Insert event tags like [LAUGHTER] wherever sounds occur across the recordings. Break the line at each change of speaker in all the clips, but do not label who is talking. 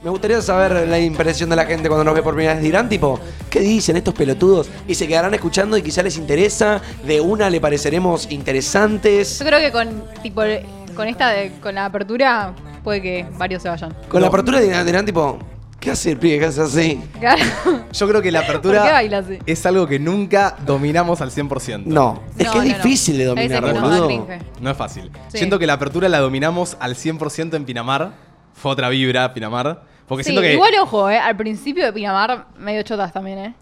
Me gustaría saber la impresión de la gente cuando nos ve por primera vez. Dirán, tipo, ¿qué dicen estos pelotudos? Y se quedarán escuchando y quizá les interesa. De una le pareceremos interesantes.
Yo creo que con, tipo, con esta, de- con la apertura, puede que varios se vayan.
Con la apertura dirán, dirán, tipo, ¿qué hace el pibe que hace así?
Claro.
Yo creo que
[LAUGHS]
la
¿Por qué
apertura
baila así?
es algo que nunca dominamos al 100%.
No, es
No,
que es
no, no.
difícil de
Hay veces
dominar,
que nos da
boludo.
cringe.
No es fácil.
Sí.
Siento que la apertura la dominamos al 100% en Pinamar. Fue otra vibra, Pinamar. Porque
Sí,
siento que...
igual ojo, eh, al principio de Pinamar medio chotas también, ¿eh?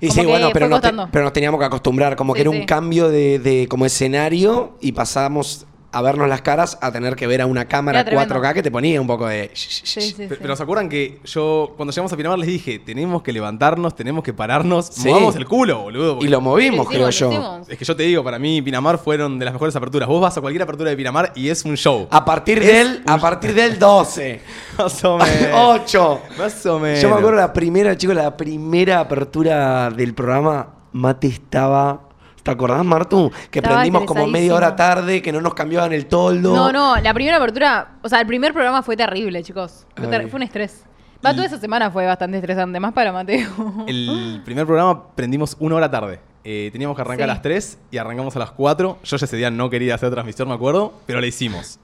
Y
Como
sí,
que
bueno,
fue
pero nos, te-
costando.
pero nos teníamos que acostumbrar, como
Sí,
que era un
sí.
cambio de, de como escenario y pasamos a vernos las caras a tener que ver a una cámara
Era tremendo.
4K que te ponía un poco de...
Sí, sí,
Pe-
sí.
Pero ¿se acuerdan que yo, cuando llegamos a Pinamar, les dije, tenemos que levantarnos, tenemos que pararnos,
Sí.
movamos el culo, boludo. porque-
Y lo movimos,
Sí, lo
creo yo.
hicimos.
Es que yo te digo, para mí Pinamar fueron de las mejores aperturas. Vos vas a cualquier apertura de Pinamar y es un show.
A partir del, a partir del 12.
[LAUGHS] Más
[LAUGHS]
o menos.
8.
Más o menos.
Oh, Yo me acuerdo la primera, chicos, la primera apertura del programa, Mate estaba... ¿Te acordás, Martu? Que
Estaba
prendimos como media
estresadísimo.
hora tarde, que no nos cambiaban el toldo.
No, no, la primera apertura, o sea, el primer programa fue terrible, chicos. Fue, ter-
Ay.
fue un estrés. Va, toda esa semana fue bastante estresante, más para Mateo.
[GASPS]
El primer programa prendimos una hora tarde. Eh, teníamos que arrancar
Sí.
a las 3 y arrancamos a las 4. Yo ya ese día no quería hacer transmisión, me acuerdo, pero la hicimos.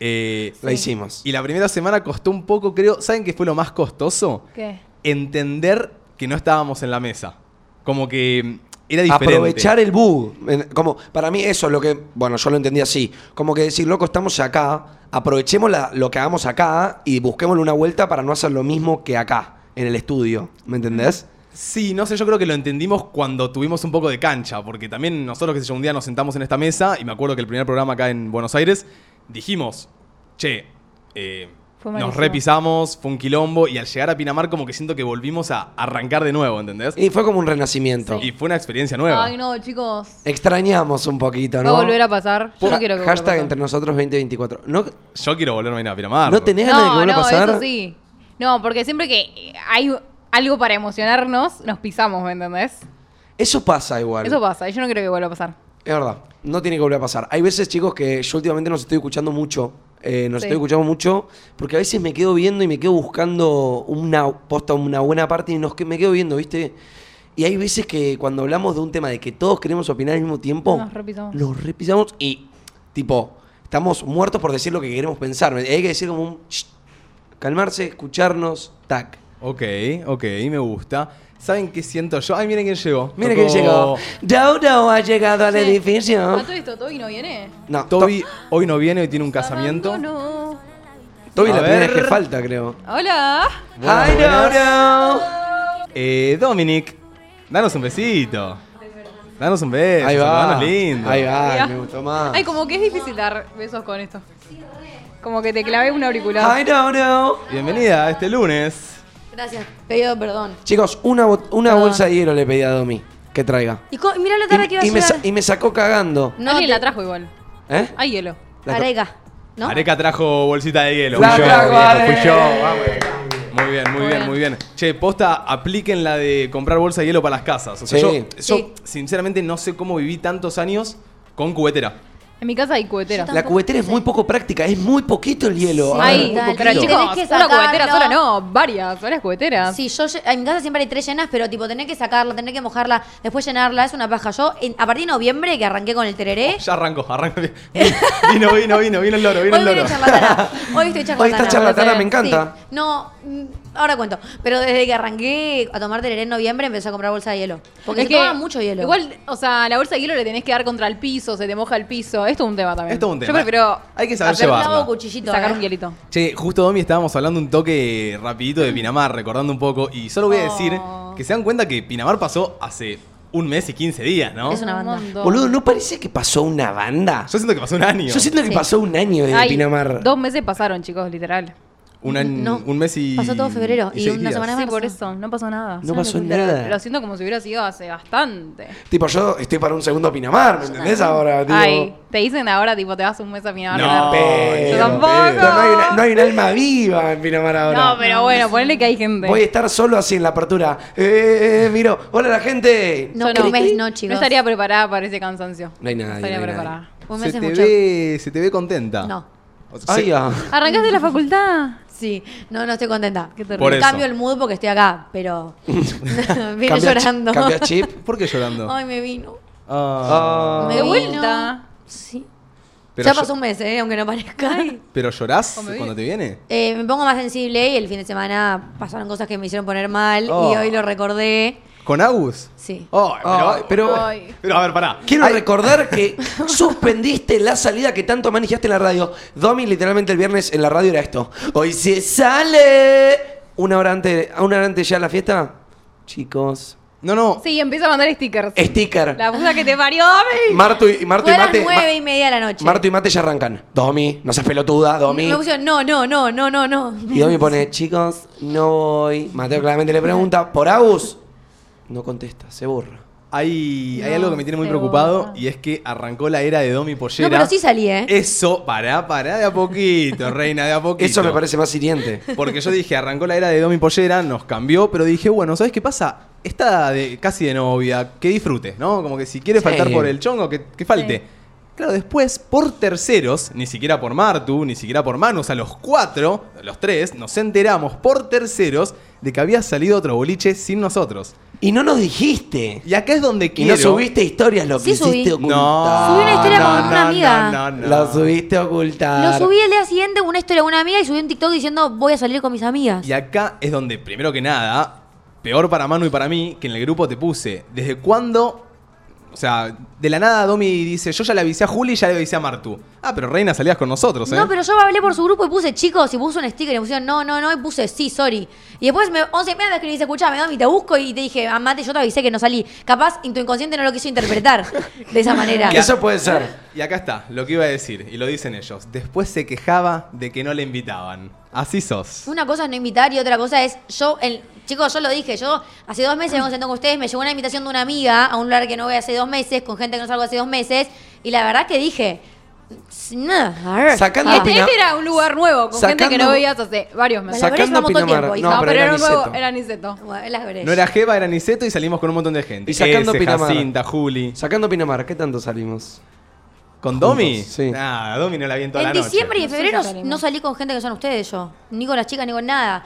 Eh,
La hicimos.
Y la primera semana costó un poco, creo. ¿Saben qué fue lo más costoso?
¿Qué?
Entender que no estábamos en la mesa. Como que mm, era diferente.
Aprovechar el bug. En- Como, para mí eso es lo que, bueno, yo lo entendí así. Como que decir, loco, estamos acá, aprovechemos la- lo que hagamos acá y busquémosle una vuelta para no hacer lo mismo que acá, en el estudio. ¿Me entendés?
Mm.
Sí, no sé, yo creo que lo entendimos cuando tuvimos un poco de cancha, porque también nosotros, que sé yo, un día nos sentamos en esta mesa y me acuerdo que el primer programa acá en Buenos Aires dijimos, che, eh,
Fue
nos
malísimo.
repisamos, fue un quilombo y al llegar a Pinamar como que siento que volvimos a arrancar de nuevo, ¿entendés?
Y fue como un renacimiento.
Y fue una experiencia nueva.
Ay, no, chicos.
Extrañamos un poquito,
Va
Ah, ¿no?
a volver a pasar. Yo no
Ha-
quiero que vuelva a
hashtag
pasar.
entre nosotros 2024. ¿No,
Yo quiero volverme a ir a Pinamar.
¿no tenés ganas de que
No,
vuelva
no,
a pasar?
eso sí. No, porque siempre que hay algo para emocionarnos, nos pisamos, ¿me entendés?
Eso pasa igual.
Eso pasa, y yo no creo que vuelva a pasar.
Es verdad, no tiene que volver a pasar. Hay veces, chicos, que yo últimamente nos estoy escuchando mucho. eh, nos
Sí.
estoy escuchando mucho porque a veces me quedo viendo y me quedo buscando una posta, una buena parte y nos, que- me quedo viendo, ¿viste? Y hay veces que cuando hablamos de un tema de que todos queremos opinar al mismo tiempo,
Nos repisamos.
nos repisamos y, tipo, estamos muertos por decir lo que queremos pensar. Hay que decir como un... "Shh", calmarse, escucharnos, tac.
Ok, ok, me gusta. ¿Saben qué siento yo? Ay, miren quién llegó.
Mira que
Tocó-
llegó. Dodo ha llegado al
Sí.
edificio.
¿A Ah, todo eh? esto Toby no viene?
No,
Toby hoy no viene, hoy tiene un casamiento.
No.
Toby
A
la primera vez que
ver.
falta, creo.
Hola.
Buenas,
I don't
buenas.
know.
Eh, Dominic, danos un besito. Danos un beso.
Ahí va.
saludanos lindo.
Ahí va,
Mirá.
me gustó más.
Ay, como que es difícil dar besos con esto. Como que te clavé un auricular.
I don't know.
Bienvenida a este lunes.
Gracias, pedido perdón.
Chicos, una, bot- una
Ah.
bolsa de hielo le pedí a Domi que traiga.
Y co- mirá lo tarde que
Y,
iba a
y me, sa-
llegar.
y me sacó cagando.
No,
Alguien
te-
la trajo igual.
¿Eh?
Hay hielo.
La-
Areca, ¿no?
Areca trajo bolsita de hielo.
La
Fui yo,
trajo
viejo,
Areca.
fui yo, vamos. Muy bien, muy bien, muy bien. Che, posta, apliquen la de comprar bolsa de hielo para las casas. O sea,
Sí.
yo, yo,
Sí.
sinceramente no sé cómo viví tantos años con cubetera.
En mi casa hay cubetera.
Yo
La cubetera es muy poco práctica, es muy poquito el hielo.
Sí.
Ah,
Ay,
muy
Dale,
pero
poquito.
chico-
chicos,
Tenés que
una
sacarlo.
cubetera sola no, varias, varias cubeteras.
Sí, yo lle- en mi casa siempre hay tres llenas, pero tipo tener que sacarla, tener que mojarla, después llenarla, es una paja. Yo en- a partir de noviembre que arranqué con el tereré,
Ya arrancó, arrancó. [LAUGHS] Vino, vino, vino, vino el loro, vino
hoy
el
vine
loro.
charlatana. Hoy estoy charlatana.
Hoy está charlatana,
Sí.
me encanta.
No, mm, ahora cuento. Pero desde que arranqué a tomar tereré en noviembre empecé a comprar bolsa de hielo. Porque
Es
se toma mucho hielo.
Igual, o sea, la bolsa de hielo le tenés que dar contra el piso, se te moja el piso. Esto es un tema también.
Esto es un tema.
Yo prefiero
Hay que saber
hacer-
llevar.
clavo
barba.
cuchillito.
sacar
eh.
un hielito.
Che, justo Domi estábamos hablando un toque rapidito de Pinamar, recordando un poco, y solo voy a decir
Oh.
que se dan cuenta que Pinamar pasó hace un mes y 15 días, ¿no?
Es una banda.
montón.
Boludo, ¿no parece que pasó una banda?
Yo siento que pasó un año.
Yo siento que
Sí.
pasó un año desde
Ay,
Pinamar.
Dos meses pasaron, chicos, literal.
un, año-
No.
un mes y.
Pasó todo febrero y
seis
una
días.
semana
Sí,
marzo.
por eso, no pasó nada.
No
Una
pasó
locura.
nada.
Lo siento como si hubiera sido hace bastante.
Tipo, yo estoy para un segundo Pinamar, ¿me entendés ahora? Tipo,
Ay, te dicen ahora, tipo, te vas un mes a Pinamar.
No,
Pero-
Yo
ni
tampoco.
en pedo.
No hay, una- no hay un alma viva en Pinamar ahora.
No, pero bueno, ponle que hay gente.
Voy a estar solo así en la apertura. Eh, eh, miro. Hola la gente.
No,
Yo
un mes no, chicos.
No estaría preparada para ese cansancio.
No hay nadie, no
Estaría
hay
preparada.
nadie.
Un mes
Se
es
te,
mucho.
ve, se te ve contenta.
No.
O sea,
Ay,
se-
ah.
¿Arrancaste la facultad?
Sí, no, no estoy contenta.
Qué terrible.
Por
Me
eso.
Cambio el mood porque estoy acá,
[LAUGHS]
pero [LAUGHS] viene
Cambia chi-
llorando.
Cambia chip.
¿Por qué llorando?
Ay, me vino.
[LAUGHS] Ah.
Me
De
vino.
vuelta.
Sí.
pero,
ya
llo-
pasó un mes, eh, aunque no parezca.
pero llorás
Oh, me vi.
cuando te viene?
Eh, me pongo más sensible y el fin de semana pasaron cosas que me hicieron poner mal y
Oh.
hoy lo recordé.
¿Con Agus?
Sí.
Ay, pero,
Ay,
pero,
ay.
pero, a ver, pará.
Quiero recordar que suspendiste la salida que tanto manejaste en la radio. Domi, literalmente el viernes en la radio era esto. Hoy se sale. Una hora antes, a una hora antes ya de la fiesta. Chicos.
No, no.
Sí, empieza a mandar stickers.
Sticker.
La puta que te parió, Domi.
Martu y, Martu
Fue
y
a las
Mate.
nueve y media de la noche.
Ma- Martu y Mate ya arrancan. Domi, no seas pelotuda, Domi.
Me pusieron, no, no, no, no, no, no.
Y Domi pone, chicos, no voy. Mateo claramente le pregunta, ¿por Agus? No contesta, se borra.
Hay, hay
No,
algo que me tiene muy
se
preocupado
borra.
y es que arrancó la era de Domi Pollera.
No, pero sí salí, ¿eh?
Eso, pará, pará de a
[LAUGHS]
poquito, reina, de a poquito.
Eso me parece más hiriente.
Porque yo dije, arrancó la era de Domi Pollera, nos cambió, pero dije, bueno, ¿sabes qué pasa? Está de, casi de novia, que disfrute, ¿no? Como que si quiere
Sí.
faltar por el chongo, que, que falte.
Sí.
Claro, después, por terceros, ni siquiera por Martu, ni siquiera por Manu, o sea, los cuatro, los tres, nos enteramos por terceros de que había salido otro boliche sin nosotros.
Y no nos dijiste.
Y acá es donde
Y
quiero...
no subiste historias, lo que
Sí subí.
hiciste ocultar.
No.
Subí una historia con una amiga.
No, no, no.
Lo subiste a ocultar.
Lo subí el día siguiente, una historia de una amiga, y subí un TikTok diciendo voy a salir con mis amigas.
Y acá es donde, primero que nada, peor para Manu y para mí, que en el grupo te puse. ¿Desde cuándo? O sea, de la nada Domi dice, yo ya le avisé a Juli y ya le avisé a Martu. Ah, pero Reina salías con nosotros, ¿eh?
No, pero yo hablé por su grupo y puse chicos y puse un sticker y me pusieron no, no, no y puse sí, sorry. Y después me, 11 y media me escribiste, escuchame, Domi, te busco y te dije, amate, yo te avisé que no salí. Capaz en tu inconsciente no lo quiso interpretar de esa manera.
Que Eso puede ser.
Y acá está, lo que iba a decir, y lo dicen ellos. Después se quejaba de que no le invitaban. Así sos.
Una cosa es no invitar y otra cosa es yo, el, chicos, yo lo dije, yo hace dos meses vengo sentado con ustedes, me llegó una invitación de una amiga a un lugar que no voy hace dos meses, con gente que no salgo hace dos meses, y la verdad que dije, nada, a ver,
Sacando
ah,
Este,
opina-
este era un lugar nuevo, con gente que
Sacando-
no veías hace varios meses.
Saca-
Sacando
vamos todo el
Pinamar.
tiempo,
No,
hija.
pero, era
nuevo,
Niceto.
era Niceto.
Ah, bueno, las veré.
No era Jeva, era Niceto y salimos con un montón de gente.
Y sacando
Ese,
Pinamar.
Jacinta, Juli.
Sacando Pinamar, ¿qué tanto salimos?
¿Con Domi?
sí.
Nada, Domi no la vi en toda
En
la noche.
diciembre y en
No sé
febrero
si salimos.
no salí con gente que son ustedes yo, ni con las chicas, ni con nada.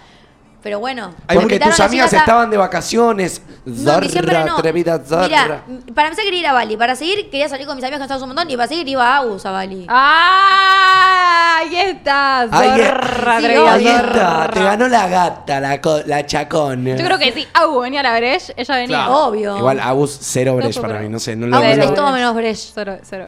Pero bueno,
Ay,
me
Porque
invitaron
tus
a
amigas
chicas a-
estaban de vacaciones.
No, en diciembre
Zorra,
no.
atrevida, zorra.
Mira, para empezar quería ir a Bali, para seguir quería salir con mis amigas que estamos un montón y para seguir iba a Agus a Bali.
¡Ah! Ahí está.
Ahí
zorra,
es-
atrevida,
eh, ahí está,
zorra.
te ganó la gata, la, co- la chacona.
Yo creo que sí. Agu venía a la Breche, ella venía. Oh,
Claro.
Obvio.
Igual Abus cero bresh
puedo
para mí,
creer.
no sé, no lo
Agus
Cero
es
veo.
todo
bresh.
menos Bresh.
Cero,
[LAUGHS]
cero.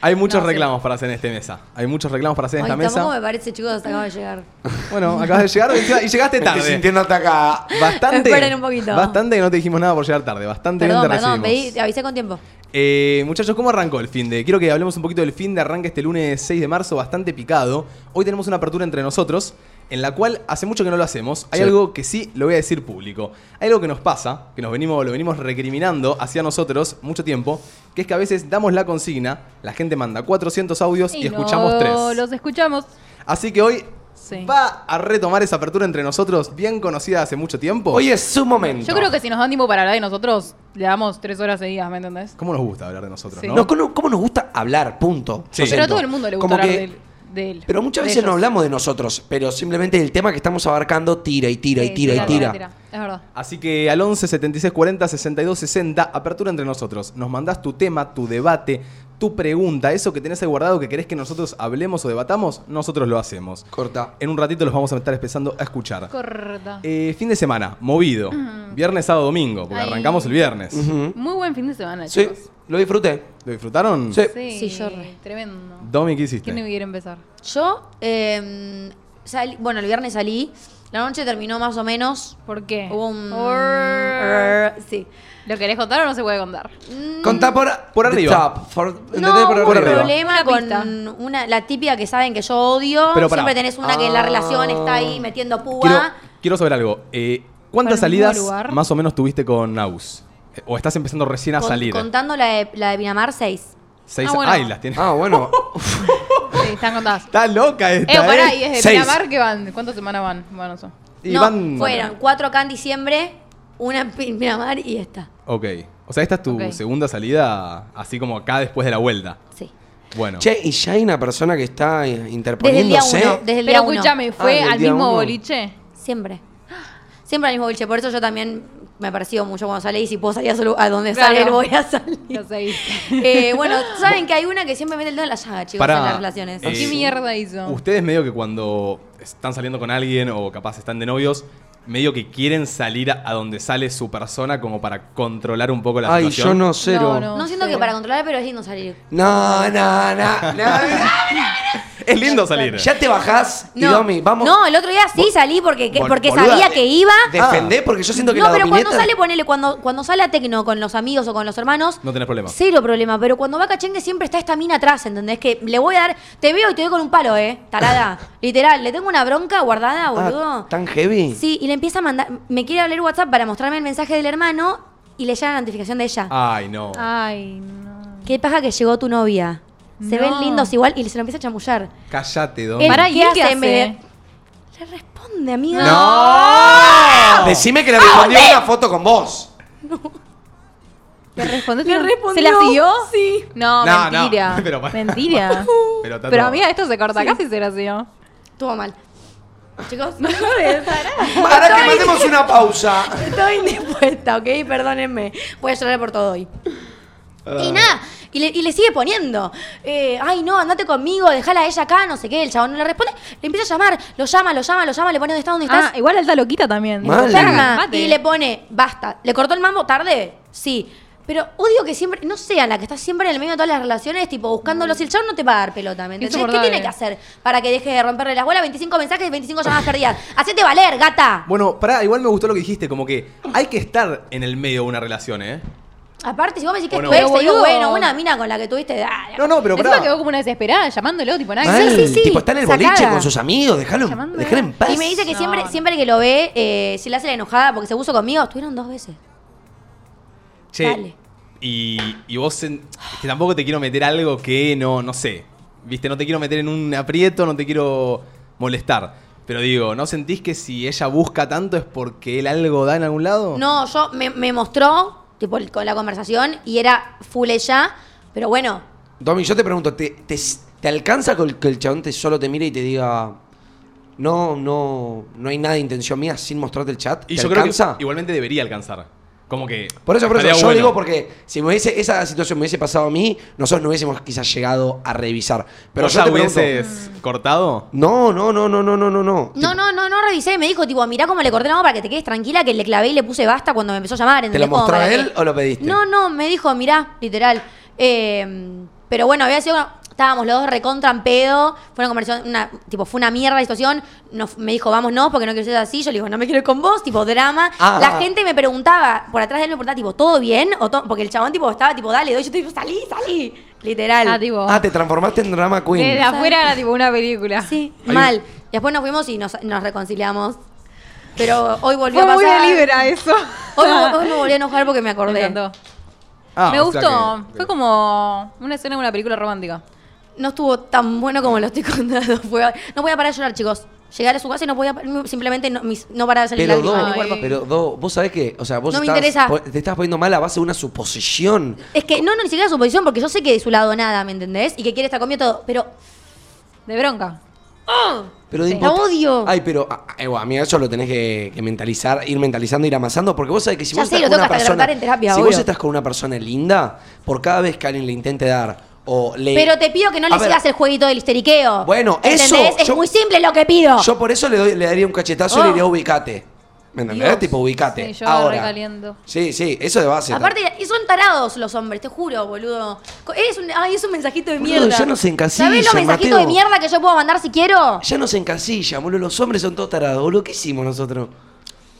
Hay muchos
No, sí.
reclamos para hacer en esta mesa. Hay muchos reclamos para hacer en
Ay,
esta mesa.
tampoco me parece, chicos, hasta acabo
[LAUGHS]
de llegar.
Bueno, acabas de llegar encima- y llegaste
Me estoy
tarde.
sintiendo atacada.
Bastante.
Esperen un poquito.
Bastante que no te dijimos nada por llegar tarde. Bastante
Perdón,
bien te
perdón, pedí,
recibimos.
te avisé con tiempo.
Eh, muchachos, ¿cómo arrancó el fin de? Quiero que hablemos un poquito del fin de. Arranca este lunes 6 de marzo, bastante picado. Hoy tenemos una apertura entre nosotros, en la cual hace mucho que no lo hacemos. Hay
Sí.
algo que sí lo voy a decir público. Hay algo que nos pasa, que nos venimos, lo venimos recriminando hacia nosotros mucho tiempo, que es que a veces damos la consigna, la gente manda 400 audios y, escuchamos
no,
tres.
Los escuchamos.
Así que hoy
Sí.
va a retomar esa apertura entre nosotros, bien conocida hace mucho tiempo.
Hoy es su momento.
Yo creo que si nos dan tiempo para hablar de nosotros, le damos tres horas seguidas, ¿me entendés?
¿Cómo nos gusta hablar de nosotros,
Sí.
no?
No, ¿cómo, cómo nos gusta hablar? Punto.
Sí.
Lo
Pero a
siento.
todo el mundo le gusta
Como
hablar
que-
de él. de él,
Pero muchas
de
veces no
ellos.
hablamos de nosotros, pero simplemente el tema que estamos abarcando tira y tira y
Sí,
tira y tira.
Es verdad.
Así que al 11 76 40 62 60, apertura entre nosotros. Nos mandás tu tema, tu debate, tu pregunta, eso que tenés ahí guardado que querés que nosotros hablemos o debatamos, nosotros lo hacemos.
Corta.
En un ratito los vamos a estar empezando a escuchar.
Corta.
Eh, fin de semana, movido. Viernes, sábado, domingo, porque
Ay.
arrancamos el viernes.
Ujú.
Muy buen fin de semana,
Sí,
chicos.
lo disfruté.
¿Lo disfrutaron?
Sí.
Sí, yo re.
Tremendo.
Domi, ¿qué hiciste?
¿Quién hubiera empezar?
Yo, eh, salí- bueno, el viernes salí, la noche terminó más o menos.
¿Por qué?
Hubo un...
Or-
Sí.
¿Lo querés contar o no se puede contar?
Contá por,
Por arriba.
the top, for-
No,
¿entendés?
hubo
Por
un
arriba.
problema
Una
con
pista.
una, la típica que saben que yo odio.
Pero pará.
Siempre tenés una que en la
Ah.
relación está ahí metiendo púa.
Quiero, quiero saber algo. Eh, ¿Cuántas
Para un nuevo
salidas
lugar.
más o menos tuviste con Naus? Eh, ¿O estás empezando recién a
Con-
salir?
Contando la de, la de Pinamar 6.
Seis
Ah, bueno.
Ay, las tienes.
Ah, bueno. [LAUGHS]
Sí, están contadas.
Está loca esta,
Eh, pará,
¿eh?
y desde
Seis.
Pinamar, ¿qué van? ¿Cuántas semanas van? Bueno, eso.
Y
no,
van-
fueron cuatro acá en diciembre, una en Pinamar y esta.
Ok. O sea, esta es tu
Ok.
segunda salida, así como acá después de la vuelta.
Sí.
Bueno.
Che, y ya hay una persona que está eh,
Desde el día
interponiéndose.
uno. Desde
Pero
el día uno.
escúchame,
Ah,
¿fue
del
al
día
mismo
uno.
boliche?
Siempre. Siempre al mismo boliche. Por eso yo también me persigo mucho cuando sale y si puedo salir a, su lu- a donde
Claro.
sale, voy a salir.
Lo seguiste.
Eh, bueno, saben que hay una que siempre mete el dedo en la llaga, chicos,
Pará.
en las relaciones.
Eh,
¿Qué mierda hizo?
Ustedes medio que cuando están saliendo con alguien o capaz están de novios, medio que quieren salir a a donde sale su persona como para controlar un poco la
Ay, yo
situación.
no cero.
No,
No,
no siento
sé.
que para controlar, pero es lindo salir.
no, no, no.
[LAUGHS] Es lindo salir.
ya te bajás, y Domi, vamos.
No, el otro día sí salí porque, que-
Bol-
porque
boluda,
sabía
de-
que iba.
Defendé porque yo siento que
No,
la
pero cuando
domineta-
sale, ponele, cuando, cuando sale a Tecno con los amigos o con los hermanos.
No tenés problema.
Cero problema, pero cuando va a Cachengue siempre está esta mina atrás, ¿entendés? Que le voy a dar. Te veo y te doy con un palo, ¿eh?
[LAUGHS]
Tarada. Literal, le tengo una bronca guardada,
Ah,
boludo.
¿Tan heavy?
Sí, y le empieza a mandar. Me quiere hablar WhatsApp para mostrarme el mensaje del hermano y le llega la notificación de ella.
Ah.
Ay, no.
Ah. Ay, no.
¿Qué paja que llegó tu novia? Se
No.
ven lindos igual y se lo empieza a chamullar.
Cállate, Domi.
Él-
Pará, ¿y
¿Qué
él qué
hace
hace?
en vez Le responde, amiga.
¡No!
Decime que le respondió una foto con vos.
¿Le respondió?
Le respondió.
¿Se la siguió?
Sí.
No,
No, no,
mentira.
pero pará.
mentira.
Pero, está
pero
todo.
amiga, esto se corta casi se la siguió.
Estuvo mal.
[LAUGHS]
Chicos, [LAUGHS]
Para que mandemos una pausa.
Estoy indispuesta, ¿ok? Perdónenme. Voy a llorar por todo hoy.
Ah.
Y nada, y le, y le sigue poniendo. eh, Ay, no, andate conmigo, déjala a ella acá, no sé qué. El chabón no le responde. Le empieza a llamar, lo llama, lo llama, lo llama, le pone dónde está, dónde
Ah,
estás.
igual alta loquita también. Dijo,
Mal.
"Perra,
Perra.
mate".
Y le pone, basta. ¿Le cortó el mambo tarde? Sí. Pero odio que siempre, no sea la que está siempre en el medio de todas las relaciones, tipo buscándolo. Si el chabón no te va a dar pelota, ¿me entendés? ¿Qué
Insoportable.
tiene que hacer para que deje de romperle las bolas? 25 mensajes, 25 llamadas perdidas. Hacete valer, gata.
Bueno, pará, igual me gustó lo que dijiste, como que hay que estar en el medio de una relación, ¿eh?
Aparte, si vos me decís que
Bueno.
es tu ex,
Pero,
te digo,
boludo.
bueno, una mina con la que tuviste. dale.
No, no, pero
Encima quedó
pará.
como una desesperada llamándolo, tipo, nada.
Mal,
sí, sí,
Tipo, está en el
sacada.
boliche con sus amigos. Déjalo
Llamando,
déjalo en
¿eh?
paz.
Y me dice que
No,
siempre,
no.
siempre que lo ve, eh, si le hace la enojada porque se puso conmigo, estuvieron dos veces. Dale.
Y, y vos, en- que tampoco te quiero meter algo que no, no sé. Viste, no te quiero meter en un aprieto, no te quiero molestar. Pero digo, ¿no sentís que si ella busca tanto es porque él algo da en algún
Oh.
lado?
No, yo me, me mostró, tipo, el- con la conversación, y era full ella, pero bueno,
Domi, yo te pregunto, ¿te, te, te alcanza con que el chabón te solo te mire y te diga no, no, no hay nada de intención mía sin mostrarte el chat?
Y
¿Te
yo
alcanza?
creo que igualmente debería alcanzar. Como que.
Por eso, por eso,
estaría
yo
bueno.
digo porque si me hubiese, esa situación me hubiese pasado a mí, nosotros no hubiésemos quizás llegado a revisar. Pero
¿Vos
yo
ya
te pregunto,
hubieses
Mm.
cortado?
No, no, no, no, no, no, no, no.
no, no, no, no revisé, me dijo, tipo, mirá cómo le corté la mano para que te quedes tranquila, que le clavé y le puse basta cuando me empezó a
¿Te
llamar.
lo
¿entendés? Como
mostró
para
él
que-
o lo pediste?
No, no, me dijo, mirá, literal. Eh, pero bueno, había sido. Estábamos los dos recontra en pedo. Fue una conversación, una, tipo, fue una mierda la situación. Nos- me dijo, vámonos porque no quiero ser así. Yo le digo, no me quiero ir con vos, tipo, drama.
Ah,
la
ah.
gente me preguntaba, por atrás de él me preguntaba, tipo, ¿todo bien? O to- porque el chabón, tipo, estaba, tipo, dale, doy. Yo te digo, salí, salí. Literal.
Ah, tipo,
Ah, te transformaste en drama
desde
queen.
afuera era tipo una película.
Sí,
Hay
mal.
un-
Después nos fuimos y nos, nos reconciliamos. Pero hoy volvió
Fue
a
muy
pasar.
delibera eso. [LAUGHS] Ah.
Hoy, me- hoy me volví a enojar porque me
Me
acordé.
encantó.
Ah,
me
o sea
gustó.
que-
Fue como una escena de una película romántica.
No estuvo tan bueno como lo estoy [LAUGHS] contando. Fue- no voy a parar de llorar, chicos. Llegar a su casa y no podía simplemente no, mis- no parar de salir
Pero
lágrimas
Do,
de mi
Ay.
cuerpo.
pero Do, vos sabés que, o sea, vos
No me
estás-
interesa.
po- te estás poniendo mal a base de una suposición.
Es que no, no, ni siquiera su posición, porque yo sé que de su lado nada, ¿me entendés? Y que quiere estar conmigo todo. Pero
De bronca.
Pero de
Sí.
import-
La odio.
Ay, pero a- a- eh, bueno, amiga, eso lo tenés que, que mentalizar, ir mentalizando, ir amasando, porque vos sabés que si
Ya
vos
sé,
estás
lo
con
tengo
una
que
persona,
tratar en terapia,
si vos
obvio.
estás con una persona linda, por cada vez que alguien le intente dar o le
pero te pido que no
Eh, A
le
ver,
sigas el jueguito del histeriqueo.
Bueno,
¿entendés?
eso,
Es
yo-
muy simple lo que pido.
Yo por eso le, doy- le daría un cachetazo y le
Oh.
diría ubicate. ¿Me entendés?
Dios.
Tipo ubicate.
Sí, yo
Ahora.
recaliento.
Sí, sí, eso de base.
Aparte, y son tarados los hombres, te juro, boludo. Co- Es un, ay, es un mensajito de
Boludo,
mierda.
ya nos encasillan,
¿Sabés los mensajitos
Mateo.
de mierda que yo puedo mandar si quiero?
Ya nos encasilla, boludo. Los hombres son todos tarados, boludo. ¿Qué hicimos nosotros?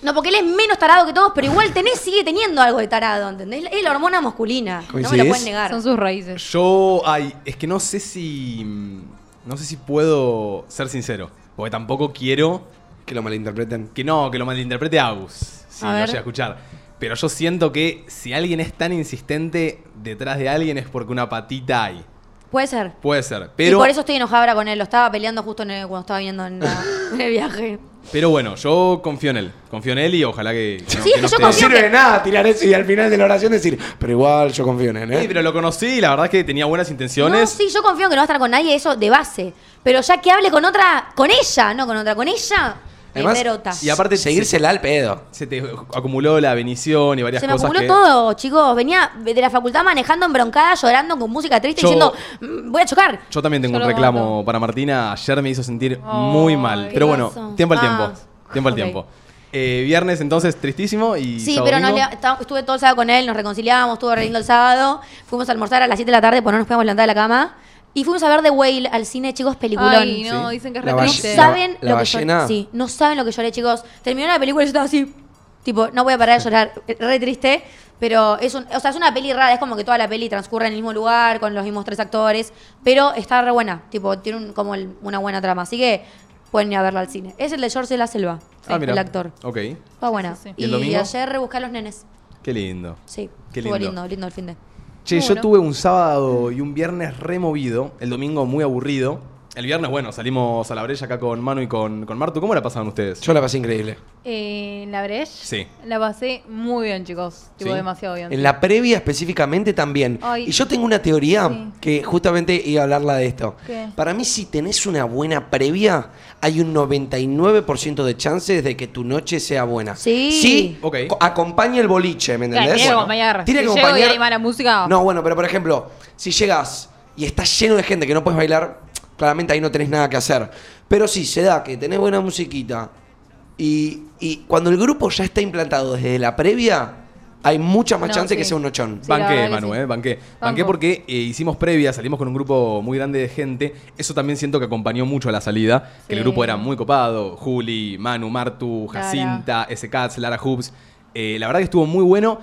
No, porque él es menos tarado que todos, pero igual tenés, sigue teniendo algo de tarado, ¿entendés? Es la hormona masculina. No me
¿Coincidís?
lo pueden negar.
Son sus raíces.
Yo, ay, es que no sé si. mm, No sé si puedo ser sincero. Porque tampoco quiero
Que lo malinterpreten.
que no, que lo malinterprete Agus. Si
A
lo
ver.
llega a escuchar. Pero yo siento que si alguien es tan insistente detrás de alguien es porque una patita hay.
Puede ser.
Puede ser. Pero.
[LAUGHS]
Y por eso estoy enojada ahora con él. Lo estaba peleando justo en el- cuando estaba viniendo en, la- en el viaje.
Pero bueno, yo confío en él. Confío en él y ojalá que. que no-
Sí,
que no
yo
esté-
No
confío
sirve
que-
de nada tirar eso y al final de la oración decir, pero igual yo confío en él, ¿eh?
Sí, pero lo conocí y la verdad es que tenía buenas intenciones.
No, sí, yo confío en que no va a estar con nadie, eso de base. Pero ya que hable con otra, con ella, no con otra, con ella, me
Además,
derrota.
y aparte-
seguírsela al pedo.
Se te acumuló la bendición y varias
Se me
cosas.
acumuló
que-
todo, chicos. Venía de la facultad manejando embroncada, llorando con música triste,
Yo-
diciendo, "Mm, voy a chocar.
Yo también tengo
Yo
un
lo
reclamo
mato.
para Martina. Ayer me hizo sentir
Ay,
muy mal.
qué
Pero bueno,
oso.
tiempo al
Ah,
tiempo. Tiempo al
ok.
tiempo. Eh, viernes entonces tristísimo y.
Sí,
sábado,
pero nos
domingo.
leva- ta- estuve todo el sábado con él, nos reconciliábamos, estuvo re lindo el sábado. Fuimos a almorzar a las 7 de la tarde, porque no nos podíamos levantar de la cama. Y fuimos a ver The Whale al cine, chicos, peliculón.
Ay, no,
Sí.
dicen que es
La
re
No
valle-
triste.
la-
saben
la
lo que lloré.
ballena.
Sí, no saben lo que lloré, chicos. Terminó la película y yo estaba así, tipo, no voy a parar de llorar, [LAUGHS] re triste. Pero es, un, o sea, es una peli rara, es como que toda la peli transcurre en el mismo lugar, con los mismos tres actores, pero está re buena, tipo, tiene un- como el- una buena trama. Así que pueden ir a verla al cine. Es el de George de la Selva,
Ah,
sí,
mira.
el actor.
Ok.
Está buena.
Sí, sí, sí.
¿Y el domingo?
ayer rebusqué a los nenes.
Qué lindo.
Sí,
Qué
estuvo
lindo.
lindo, lindo el fin de.
Che, yo
Bueno.
tuve un sábado y un viernes removido, el domingo muy aburrido. El viernes, bueno, salimos a la brecha acá con Manu y con, con Martu. ¿Cómo la pasaron ustedes?
Yo la pasé increíble.
Eh, ¿En la Breche?
Sí.
La pasé muy bien, chicos. Tipo,
Sí.
demasiado bien.
En la previa específicamente también.
Ay.
Y yo tengo una teoría
Sí.
que justamente iba a hablarla de esto.
¿Qué?
Para mí si tenés una buena previa, hay un 99% de chances de que tu noche sea buena.
Sí.
Sí,
Ok.
co- acompaña el boliche, ¿me
Claro,
entendés?
tiene que acompañar.
Tiene que
Si llego y
acompañar-
hay mala música.
No, bueno, pero por ejemplo, si llegas y estás lleno de gente que no puedes bailar, claramente ahí no tenés nada que hacer. Pero sí, se da que tenés buena musiquita y, y cuando el grupo ya está implantado desde la previa, hay mucha más
No,
chance que
sí.
sea un nochón.
Sí, la
Banqué,
verdad que
Manu,
sí.
eh, banqué. Banqué
Banco.
porque eh, hicimos previa, salimos con un grupo muy grande de gente. Eso también siento que acompañó mucho a la salida. que El
Sí.
grupo era muy copado. Juli, Manu, Martu,
Lara.
Jacinta, S. Katz, Lara Hoops. Eh, la verdad que estuvo muy bueno.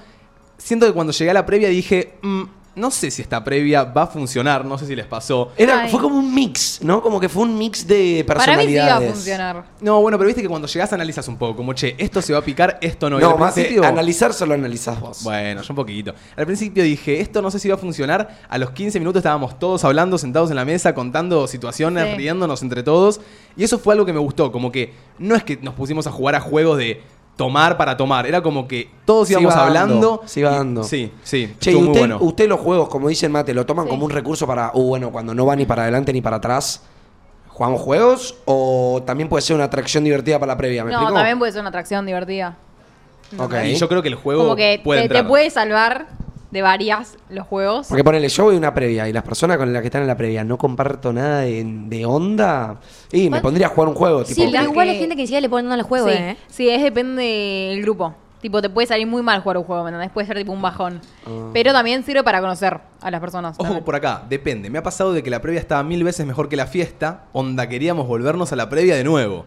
Siento que cuando llegué a la previa dije, "Mm, no sé si esta previa va a funcionar, no sé si les pasó.
Era,
Ay.
fue como un mix, ¿no? Como que fue un mix de
Para mí sí
personalidades.
iba a funcionar.
No, bueno, pero viste que cuando llegás analizas un poco, como che, esto se va a picar, esto no.
No,
Y al
más de
principio-
analizar solo analizás vos.
Bueno, yo un poquito. Al principio dije, esto no sé si va a funcionar. A los 15 minutos estábamos todos hablando, sentados en la mesa, contando situaciones,
Sí.
riéndonos entre todos. Y eso fue algo que me gustó, como que no es que nos pusimos a jugar a juegos de tomar para tomar, era como que todos
Se
íbamos
iba
hablando.
dando, se iba
y-
dando.
Sí, sí,
Che, y
estuvo
usted,
muy bueno.
usted los juegos, como dicen Mate, ¿lo toman
Sí.
como un recurso para, uh, bueno, cuando no va ni para adelante ni para atrás, jugamos juegos? ¿O también puede ser una atracción divertida para la previa? ¿Me
No,
explico?
también puede ser una atracción divertida.
Ok.
Y yo creo que el juego
Como que
puede
te, te
entrar.
puede salvar de varias los juegos.
Porque ponele, yo voy a una previa y las personas con las que están en la previa no comparto nada de, de onda y me
Bueno,
pondría a jugar un juego. Tipo,
Sí, pero
las
igual
que-
hay gente que ni siquiera le pone nada al juego,
sí,
¿eh?
sí, es depende del grupo. Tipo, te puede salir muy mal jugar un juego, ¿me entendés? Puede ser tipo un bajón.
Ah.
Pero también sirve para conocer a las personas.
Ojo
también.
por acá, depende. Me ha pasado de que la previa estaba mil veces mejor que la fiesta, onda queríamos volvernos a la previa de nuevo.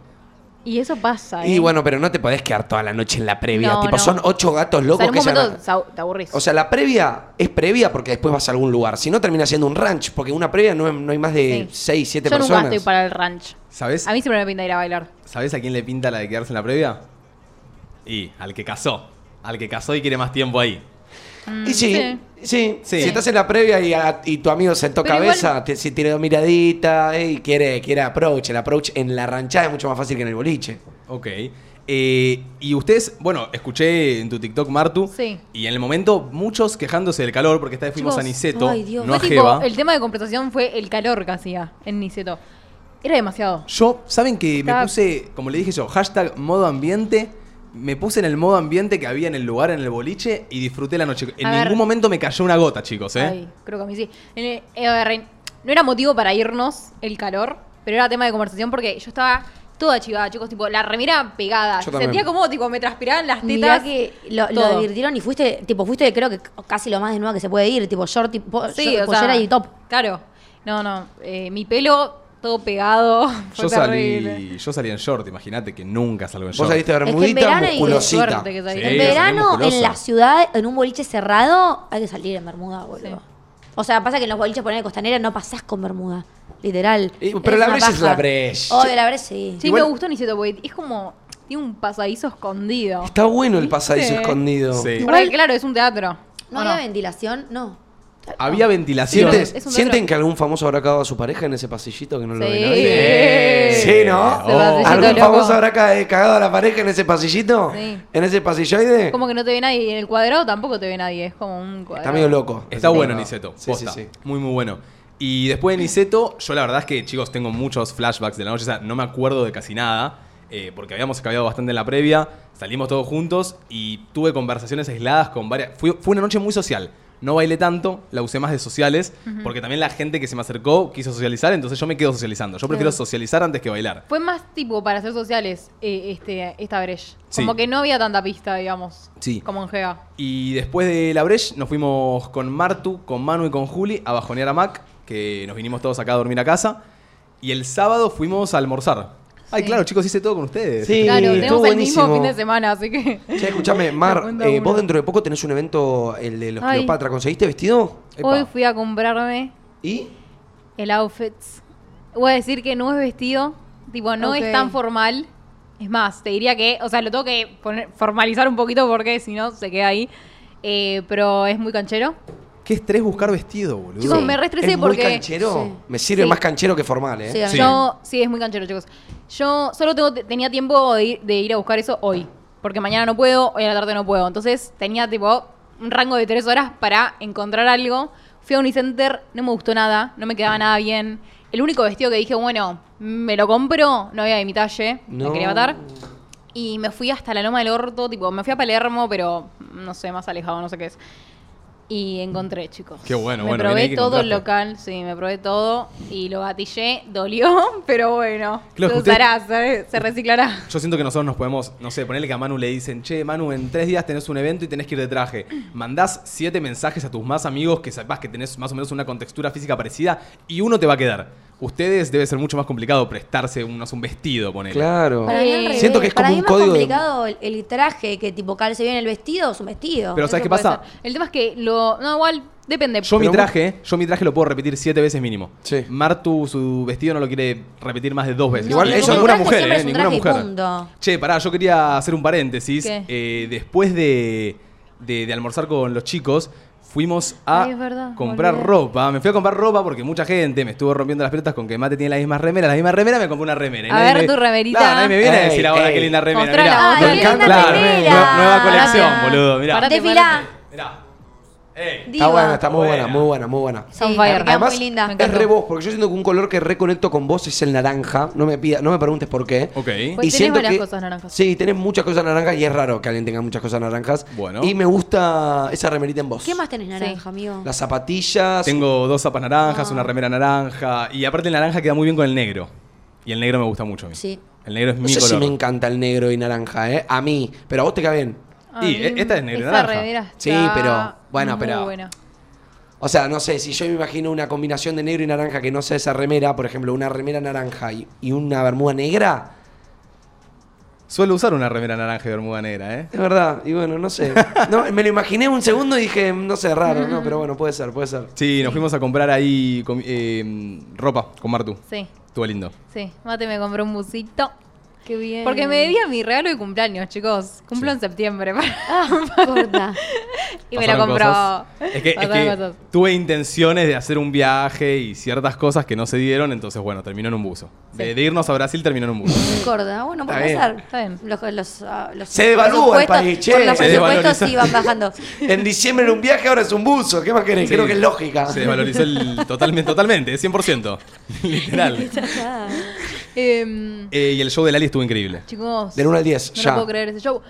Y eso pasa, ¿eh?
y bueno, pero no te podés quedar toda la noche en la previa.
No,
tipo,
no.
son ocho gatos
O
locos
sea, en un
que se van
momento
a-
sa- te aburrís.
O sea, la previa es previa porque después vas a algún lugar. Si no, termina siendo un ranch, porque una previa no, no hay más de
Sí.
seis, siete
Yo nunca
personas.
estoy para el ranch.
¿Sabes?
A mí siempre me pinta ir a bailar.
¿Sabés a quién le pinta la de quedarse en la previa? Y al que casó. Al que casó y quiere más tiempo ahí.
Y sí,
Mm, sí.
sí,
Sí.
Si estás en la previa y, a- y tu amigo sentó
Pero
cabeza,
igual-
te- si tiene dos miraditas eh, y quiere, quiere approach, el approach en la ranchada es mucho más fácil que en el boliche.
Ok. Eh, y ustedes, bueno, escuché en tu TikTok, Martu.
Sí.
Y en el momento, muchos quejándose del calor, porque esta vez fuimos
Chicos,
a Niceto,
ay, Dios.
no a
Fue tipo,
Jeva.
el tema de conversación fue el calor que hacía en Niceto. Era demasiado.
Yo, ¿saben que me
Estaba-
puse, como le dije yo, hashtag modo ambiente? Me puse en el modo ambiente que había en el lugar, en el boliche, y disfruté la noche. En
A ver.
ningún momento me cayó una gota, chicos, ¿eh?
Ay, creo que a mí sí. En el- eh, a ver, en- no era motivo para irnos el calor, pero era tema de conversación porque yo estaba toda chivada, chicos, tipo, la remera pegada.
Yo también.
Sentía como, tipo, me transpiraban las tetas.
Mirá que lo, lo
todo.
divirtieron y fuiste, tipo, fuiste creo que casi lo más de nuevo que se puede ir, tipo short, tipo,
Sí,
short,
o sea,
pollera y top.
Claro. No, no. eh, mi pelo todo pegado. [LAUGHS] Fue
Yo
terrible.
salí, yo salí en short, imagínate que nunca salgo en
Vos
short.
saliste de
que en
bermudita,
verano y-
musculosita.
Suerte que salí.
Sí.
En
salí
verano,
musculosa.
en la ciudad, en un boliche cerrado, hay que salir en bermuda, boludo.
Sí.
O sea, pasa que en los boliches poner costanera no pasás con bermuda, literal.
Y- pero
Es
la
una
brecha es
paja.
la brecha.
Obvio, la brecha sí.
Sí,
Igual-
me gustó Niceto, porque es como, tiene un pasadizo escondido.
Está bueno el pasadizo
¿Viste?
escondido.
Sí.
Porque,
Igual-
claro, es un teatro.
¿No
¿o
había ventilación? No.
Había ventilación.
¿Sientes-
Es un
¿Sienten
dolor.
que algún famoso habrá cagado a su pareja en ese pasillito que no lo ve nadie?
Sí.
Sí, ¿no?
Ese pasillito
¿Algún
loco.
famoso habrá ca- eh, cagado a la pareja en ese pasillito?
Sí.
¿En ese pasilloide?
Como que no te ve nadie. y En el cuadrado tampoco te ve nadie. Es como un cuadrado.
Está medio loco.
Está bueno
Sí,
Niceto.
Sí, sí,
posta.
sí.
Muy, muy bueno. Y después de Niceto, yo la verdad es que, chicos, tengo muchos flashbacks de la noche. O sea, no me acuerdo de casi nada. eh, porque habíamos cambiado bastante en la previa. Salimos todos juntos y tuve conversaciones aisladas con varias. Fui- fue una noche muy social. No bailé tanto, la usé más de sociales. Porque también la gente que se me acercó quiso socializar. Entonces yo me quedo socializando. Yo prefiero
Claro.
socializar antes que bailar.
Fue más tipo para hacer sociales eh, este, esta brecha.
Sí.
Como que no había tanta pista, digamos.
Sí.
Como en GEA.
Y después de la Breche nos fuimos con Martu, con Manu y con Juli a bajonear a Mac, que nos vinimos todos acá a dormir a casa. Y el sábado fuimos a almorzar. Ay,
Sí.
claro, chicos, hice todo con ustedes.
Sí.
claro,
estuvo
tenemos el mismo
buenísimo.
fin de semana, así que.
Che, escúchame, Mar,
cuenta
eh,
uno.
vos dentro de poco tenés un evento, el de los
Ay.
Cleopatra. ¿Conseguiste vestido? Epa.
Hoy fui a comprarme
¿Y?
el outfit. Voy a decir que no es vestido. Tipo, no
Ok.
es tan formal. Es más, te diría que. O sea, lo tengo que poner- formalizar un poquito porque si no se queda ahí. Eh, pero es muy canchero.
Qué estrés buscar vestido, boludo.
Chicos, me re estresé
¿Es muy
porque.
canchero?
Sí.
Me sirve
Sí.
más canchero que formal, ¿eh?
Sí, a mí
Sí.
Yo, sí, es muy canchero, chicos. Yo solo tengo- te- tenía tiempo de ir, de ir a buscar eso hoy. Porque mañana no puedo, hoy a la tarde no puedo. Entonces tenía tipo un rango de tres horas para encontrar algo. Fui a Unicenter, no me gustó nada, no me quedaba nada bien. El único vestido que dije, bueno, me lo compro, no había de mi talle,
No.
me quería matar. Y me fui hasta la Loma del Orto, tipo, me fui a Palermo, pero no sé, más alejado, no sé qué es. Y encontré, chicos.
Qué bueno,
me
bueno, bien ahí
probé
que
todo el
encontraste.
local, sí, me probé todo y lo gatillé, [LAUGHS] dolió, pero bueno.
Claro,
se
usted-
usará, se, se reciclará.
Yo siento que nosotros nos podemos, no sé, ponerle que a Manu le dicen, che, Manu, en tres días tenés un evento y tenés que ir de traje. Mandás siete mensajes a tus más amigos que sabás que tenés más o menos una contextura física parecida y uno te va a quedar. Ustedes debe ser mucho más complicado prestarse un, no sé, un vestido, ponele.
Claro.
Para mí al revés.
Siento que es
Para
como
mí
un
más
código de-
complicado el, el traje que tipo calce bien el vestido es un vestido.
Pero ¿sabes
Eso
qué
puede
pasa?
ser. El tema es que lo. No, igual, depende.
Yo mi
Pero-
traje, yo mi traje lo puedo repetir siete veces mínimo.
Sí.
Martu su vestido no lo quiere repetir más de dos veces.
No,
Igual
pero
eso
como
ninguna
traje
mujer,
siempre
eh,
es un
ninguna
traje y
mujer.
punto.
Che, pará, yo quería hacer un paréntesis.
¿Qué?
Eh, después de, de- de almorzar con los chicos, fuimos a
Ay, es verdad,
comprar
me olvidé.
ropa. Me fui a comprar ropa porque mucha gente me estuvo rompiendo las pelotas con que Mate tiene la misma remera. La misma remera me compré una remera. Y
A
nadie
ver
me-
tu remerita.
Claro, nadie me viene a decir
Ey,
ahora
ey.
qué linda remera.
Mostrala, Ah,
mirá.
Ah,
Ay, Me qué encanta. linda
remera.
Nue- nueva colección,
Pará.
boludo. Mirá.
Pará.
Desfilá.
Mirá. Ey.
Está
Diva.
buena, está muy buena,
Buena.
muy buena, muy buena.
Sí,
Son
me
fire.
queda
Además,
muy linda.
me encanta.
Es
encantó.
re vos, porque yo siento que un color que reconecto con vos es el naranja. No me pida, no me preguntes por qué.
Ok.
Pues tenés varias cosas naranjas.
Sí, tenés muchas cosas naranjas y es raro que alguien tenga muchas cosas naranjas.
Bueno.
Y me gusta esa remerita en vos.
¿Qué más tenés naranja,
Sí.
amigo?
Las zapatillas.
Tengo dos zapas naranjas,
Ah.
una remera naranja. Y aparte el naranja queda muy bien con el negro. Y el negro me gusta mucho a mí.
Sí.
El negro es mi
No sé
color.
si me encanta el negro y naranja, ¿eh? A mí. Pero a vos te cae bien.
Ay,
Y, eh, esta es negra y
esa
naranja.
remera
Sí,
está
pero, bueno,
muy
pero-
buena.
O sea, no sé, si yo me imagino una combinación de negro y naranja que no sea esa remera, por ejemplo, una remera naranja y, y una bermuda negra,
Suelo usar una remera naranja y bermuda negra, ¿eh?
es verdad. Y bueno, no sé. [LAUGHS] No, me lo imaginé un segundo y dije, no sé, raro, no, pero bueno, puede ser, puede ser.
Sí, nos fuimos a comprar ahí comi- eh, ropa con Martu.
Sí,
Estuvo lindo.
sí. Mate me compró un busito.
Qué bien.
Porque me [LAUGHS] debía mi regalo de cumpleaños, chicos. Cumplo
Sí.
en septiembre.
Ah. Corta.
[LAUGHS] y me lo
Pasaron
compró.
cosas. Es que, es
Pasaron
que
cosas.
tuve intenciones de hacer un viaje y ciertas cosas que no se dieron, entonces bueno, terminó en un buzo. De, de irnos a Brasil terminó en un buzo.
Corta. Bueno, puede
bien,
pasar.
está bien.
Los, los, ah, los
Se devalúa el
presupuestos-
país, che.
por Los
Se
presupuestos
desvaloriza.
sí van
[LAUGHS]
bajando.
En diciembre era un viaje, ahora es un buzo. ¿Qué más querés? Creo
Sí,
que es lógica.
Se desvalorizó el- totalmente, totalmente, 100%. [LAUGHS]
[LAUGHS]
Literal.
Em,
Eh, y el show de Lali estuvo increíble.
chicos.
Del 1 al 10,
No
ya.
lo puedo creer ese show.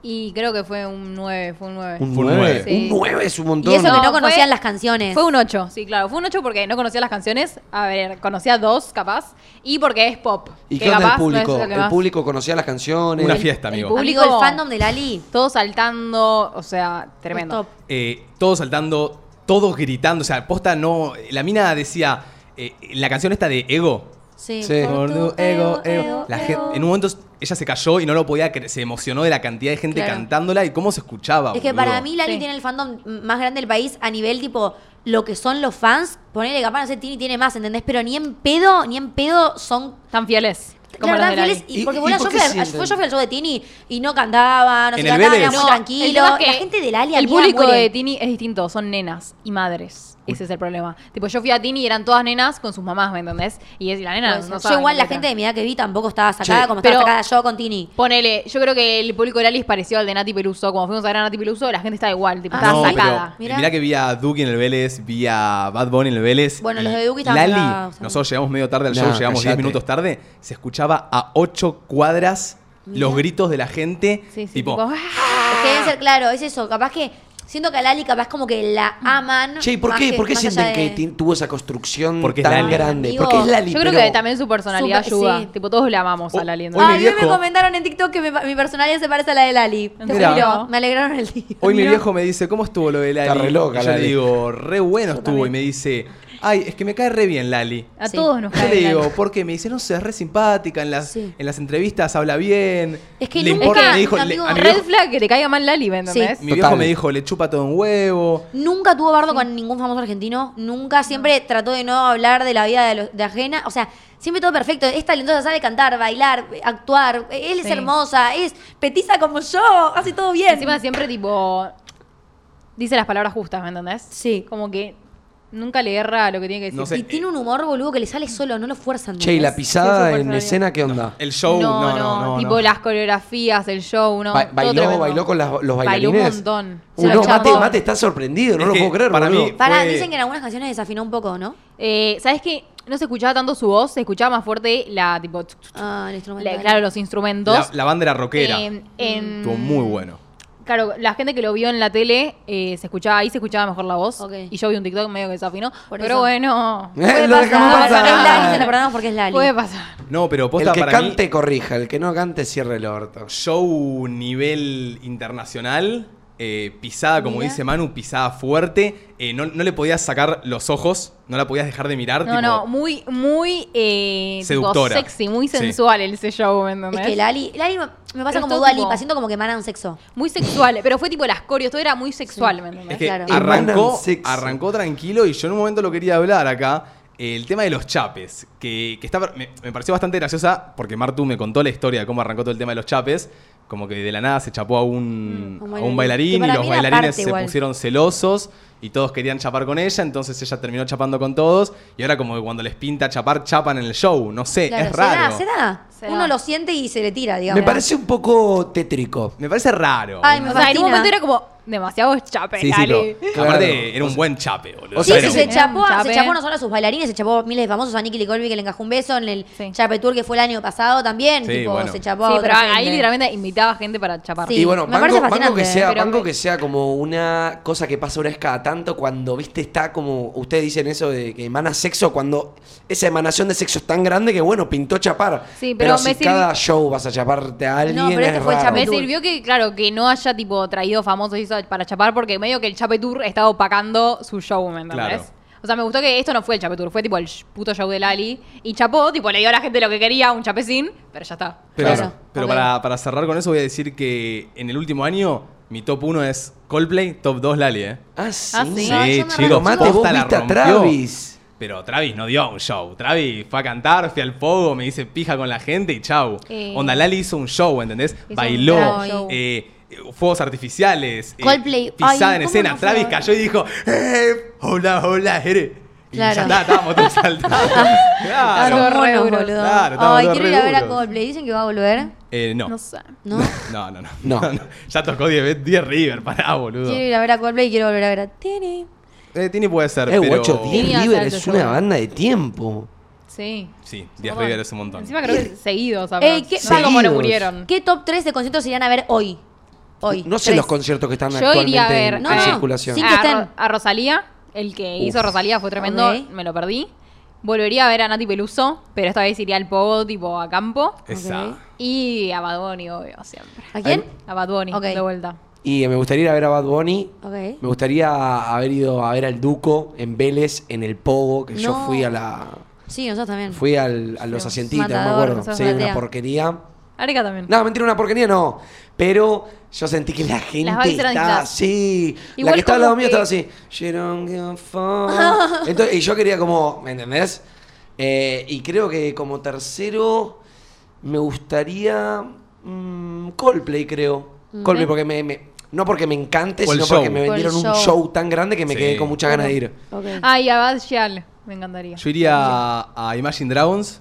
Y creo que fue un 9, fue un 9.
Un
Full
9.
nueve.
Un 9 es un
Y
montón.
eso que no
No,
conocían
fue-
las canciones.
Fue un 8, Eh, sí, claro. Fue un 8 porque no conocía las canciones. A ver, conocía dos, capaz. Y porque es pop.
¿Y
que
qué onda el
capaz no es
público?
lo que
el
más-
público conocía las canciones.
Una fiesta,
el
amigo.
público-
Amigo, el fandom de Lali.
Todos saltando, o sea, tremendo.
Top.
Eh, todos saltando, todos gritando. O sea, posta no. La mina decía. eh, la canción esta de Ego.
Sí.
Sí.
Por tu
La
ego.
gente, en un momento ella se cayó y no lo podía creer. Se emocionó de la cantidad de gente
Claro.
cantándola y cómo se escuchaba.
Es que
boludo.
para mí Lali
Sí.
tiene el fandom más grande del país a nivel tipo lo que son los fans. Ponele capaz, no sé, Tini tiene más, ¿entendés? Pero ni en pedo, ni en pedo son
Tan fieles. Como
Claro,
las
tan
de Lali.
fieles. Y,
¿Y-
porque
y
bueno,
por
yo,
qué
fui al,
sienten?
yo fui al show de Tini y no cantaba, no
En
se
el
cantaba, era
Vélez.
muy
No, el
tranquilo.
tema es que
la gente de Lali,
El
amiga,
público
muere.
de Tini es distinto, son nenas y madres. Ese es el problema. Tipo, yo fui a Tini y eran todas nenas con sus mamás, ¿me entendés? Y es y la nena.
Pues,
no
yo
saben
igual
qué
la
letra.
gente de mi edad que vi tampoco estaba sacada
Sí.
como estaba
Pero-
sacada yo con Tini.
Ponele, yo creo que el público de Lali es parecido al de Nati Peluso. Como fuimos a ver a Nati Peluso, la gente estaba igual, tipo,
Ah,
estaba
No, pero-
sacada.
Mirá.
Mirá. que vi a Duki en el Vélez, vi a Bad Bunny en el Vélez.
Bueno,
y
los de Duki estaban
Lali,
cagados.
nosotros llegamos medio tarde al
No,
show, llegamos 10
cállate.
minutos tarde. Se escuchaba a 8 cuadras los gritos de la gente.
Sí, sí,
tipo,
tipo, ¡ah!
Es que debe ser claro, es eso. Capaz que siento que a Lali capaz como que la aman.
Che, ¿y ¿por
más
qué,
que-
por qué
más
sienten
allá
que
de-
ti- tuvo esa construcción
Porque es
tan
Lali.
grande?
Amigo,
Porque es Lali,
Yo creo
pero-
que también su personalidad
Súper,
ayuda.
sí.
Tipo, todos la amamos
Oh,
a Lali.
hoy
¿entendés?
Ay, hoy me
viejo.
comentaron en TikTok que mi, mi personalidad se parece a la de Lali. Te
Mirá.
juro, me alegraron el día.
Hoy mi
Mirá.
viejo me dice, ¿cómo estuvo lo de Lali?
Está re loca,
Y yo
Lali.
le digo, re bueno estuvo. Y
también.
me dice, ay, es que me cae re bien Lali.
A
Sí.
todos nos
Yo
cae
le
Lali.
digo, ¿por qué? Me dice, no sé, es re simpática, en las,
Sí.
en las entrevistas habla bien.
Es que
le
nunca,
importa, me dijo,
amigo,
le- a mi
Red
viejo,
flag que te caiga mal Lali, ¿me entendés?
mi viejo
Total.
me dijo, le chupa todo un huevo.
Nunca tuvo bardo con ningún famoso argentino. Nunca, siempre trató de no hablar de la vida de, los- de ajena. O sea, siempre todo perfecto. Es talentosa, sabe cantar, bailar, actuar. Él es
Sí.
hermosa, es petiza como yo, hace todo bien.
Encima siempre, tipo, dice las palabras justas, ¿me entendés?
Sí.
Como que nunca le erra a lo que tiene que decir.
No sé.
y tiene un humor, boludo, que le sale solo, no lo fuerzan.
eh, Che, ¿y la
¿entendés?
pisada
Sí, sí,
en
por
escena qué onda?
El show, no, no, no. no.
tipo las coreografías, el show, no.
Ba-
todo
bailó,
tremendo.
bailó con las- los
Bailó
bailarines.
un montón.
Uy,
Se
no,
lo
Mate,
chapó.
Mate está sorprendido, no
Es
lo
que
puedo creer,
para mí-
boludo.
Pará,
Fue-
dicen que en algunas canciones desafinó un poco, ¿no?
Eh, ¿Sabes qué? No se escuchaba tanto su voz, se escuchaba más fuerte la, tipo, tsk, tsk,
Ah, el
la-
instrumental.
Eh,
claro, los instrumentos.
La, la banda era rockera.
Eh, mm. en-
Estuvo muy bueno.
Claro, la gente que lo vio en la tele, eh, se escuchaba ahí, se escuchaba mejor la voz.
Ok.
Y yo vi un TikTok medio que desafinó.
Por
pero
eso.
bueno,
Eh,
Puede
lo dejamos
pasar,
pasar.
Es Lali, se lo perdonamos porque es Lali.
puede pasar.
No, pero posta
El que
para
cante
mí,
corrija, el que no cante cierre el orto.
show nivel internacional, eh, pisada, como
Mira.
dice Manu, pisada fuerte. eh, no, no le podías sacar los ojos, no la podías dejar de mirar.
No,
tipo,
no, muy, muy eh, tipo
Seductora.
sexy, muy
Sí.
sensual ese show, ¿me entendés?
Es que Lali, Lali me- me pasa
Pero
como
es todo
Dua
tipo-
Lipa, siento como que manan sexo.
Muy sexual, pero fue tipo las coreos, todo era muy sexual, ¿me entendés?
Es que
Claro.
Emanan
arrancó,
sexo.
arrancó tranquilo y yo en un momento lo quería hablar acá. eh, El tema de los chapes, que, que está, me, me pareció bastante graciosa porque Martu me contó la historia de cómo arrancó todo el tema de los chapes. Como que de la nada se chapó a un,
Mm, a un
a un
bailarín.
bailarín
Que
y
para
los
mí era
bailarines
parte
se
igual.
pusieron celosos y todos querían chapar con ella, entonces ella terminó chapando con todos y ahora como que cuando les pinta chapar, chapan en el show, no sé,
Claro,
es raro.
Se da, se
Se
da.
da.
Uno lo siente y se le tira, digamos.
Eh, Me parece un poco tétrico.
Me parece raro.
Ay,
O
me
sea, en
fascina.
un momento era como demasiado chape,
Sí, sí,
dale.
pero
Claro.
aparte
O
era un
sea-
buen chape, boludo.
o
Sí,
sea,
sí,
Pero-
se chapó,
Era un
se
chape.
chapó no solo a sus bailarines, se chapó a miles de famosos, a Nicky Licolvi que le encajó un beso, en el
Sí.
Chape Tour que fue el año pasado también,
Sí,
tipo,
bueno.
se chapó a
sí,
otra
pero ahí
gente.
literalmente invitaba gente para chapar.
Sí.
y bueno,
me
banco,
parece
banco que
fascinante,
sea,
pero-
banco que sea como una cosa que pasa una vez cada tanto cuando, viste, está como, ustedes dicen eso de que emana sexo, cuando esa emanación de sexo es tan grande que, bueno, pintó chapar.
Sí, pero
si
me sirvi-
cada show vas a chaparte a alguien,
No, pero este
es
fue el
raro.
Me
Chape Tour.
sirvió que, claro, que no haya tipo traído famosos y eso para chapar, porque medio que el Chape Tour estaba opacando su show, ¿me entendés?
Claro.
O sea, me gustó que esto no fue el Chape Tour, fue tipo el sh- puto show de Lali. Y chapó, tipo, le dio a la gente lo que quería, un chapecín, pero ya está.
Pero,
Claro.
pero
Ok.
para, para cerrar con eso voy a decir que en el último año mi top 1 es Coldplay, top 2 Lali, ¿eh?
Ah, sí.
Ah, sí.
yo me
Pero Mate, vos
posta la
viste a
rompió.
Travis.
Pero Travis no dio un show. Travis fue a cantar, fui al fogo, me hice pija con la gente y chau.
Eh.
Onda Lali hizo un show, ¿entendés?
un gran
Bailó,
show.
eh, eh, fuegos artificiales, eh,
Coldplay.
pisada
Ay,
en
¿cómo
escena.
no fue?
Travis cayó y dijo, eh, hola, hola, Jere. Y
Claro.
ya está, estábamos
[LAUGHS]
todos saltados.
Ah,
claro.
son
Claro,
monos,
re duros.
boludo.
Claro, estamos
Ay,
todos
quiero
re
ir a ver a
duros.
Coldplay. Dicen que va a volver,
Eh, no.
No sé.
[LAUGHS]
¿no?
No, [LAUGHS] no, no.
No.
Ya tocó 10 veces- 10 River, pará, boludo.
quiero ir a ver a Coldplay y quiero volver a ver a Tini.
Eh, Tini puede ser,
Eh,
pero...
8, 10
Tenía
River
salto
es
yo,
una
eh.
banda de tiempo.
Sí.
Sí, 10 River es un montón.
Encima creo que seguidos, ¿sabes?
Ey, Eh, ¿qué-
no sé cómo lo
Seguidos.
murieron.
¿Qué top 3 de conciertos irían a ver hoy? Hoy.
No sé
Tres.
los conciertos que están
Yo
actualmente
iría a ver
en,
No,
en
no,
circulación.
sí que
a,
estén.
Ro- a Rosalía, el que hizo
Uf.
Rosalía fue tremendo,
Ok.
me lo perdí. Volvería a ver a Nati Peluso, pero esta vez iría al pogo, tipo a campo.
Esa.
Ok.
Y a Bad Bunny, obvio, siempre.
¿A quién?
A Bad Bunny,
Ok.
de vuelta.
Y me gustaría ir a ver a Bad Bunny.
Ok.
Me gustaría haber ido a ver al Duco en Vélez, en el Pogo, que yo
No.
fui a la.
Sí, nosotros también.
Fui al, a los asientitos, no me
Matador,
acuerdo.
sos
Sí, una
platea.
porquería.
Areca también.
No, mentira, una porquería no. Pero yo sentí que la gente
Las vibes eran
estaba
distintas.
así. la
Igual
que estaba al
como
lado mío
que-
estaba así. "You don't give a
[LAUGHS]
fuck". Entonces, y yo quería como, ¿me entendés? Eh, y creo que como tercero
Mm.
me gustaría mm, Coldplay, creo. Coldplay, porque me, me- No porque me encante,
Por el
sino porque
show.
me
Por el
vendieron un
show.
show tan grande que me
Sí.
quedé con muchas ganas de ir.
Ah,
Ay, Abad Yal, me encantaría.
Yo iría a, a Imagine Dragons,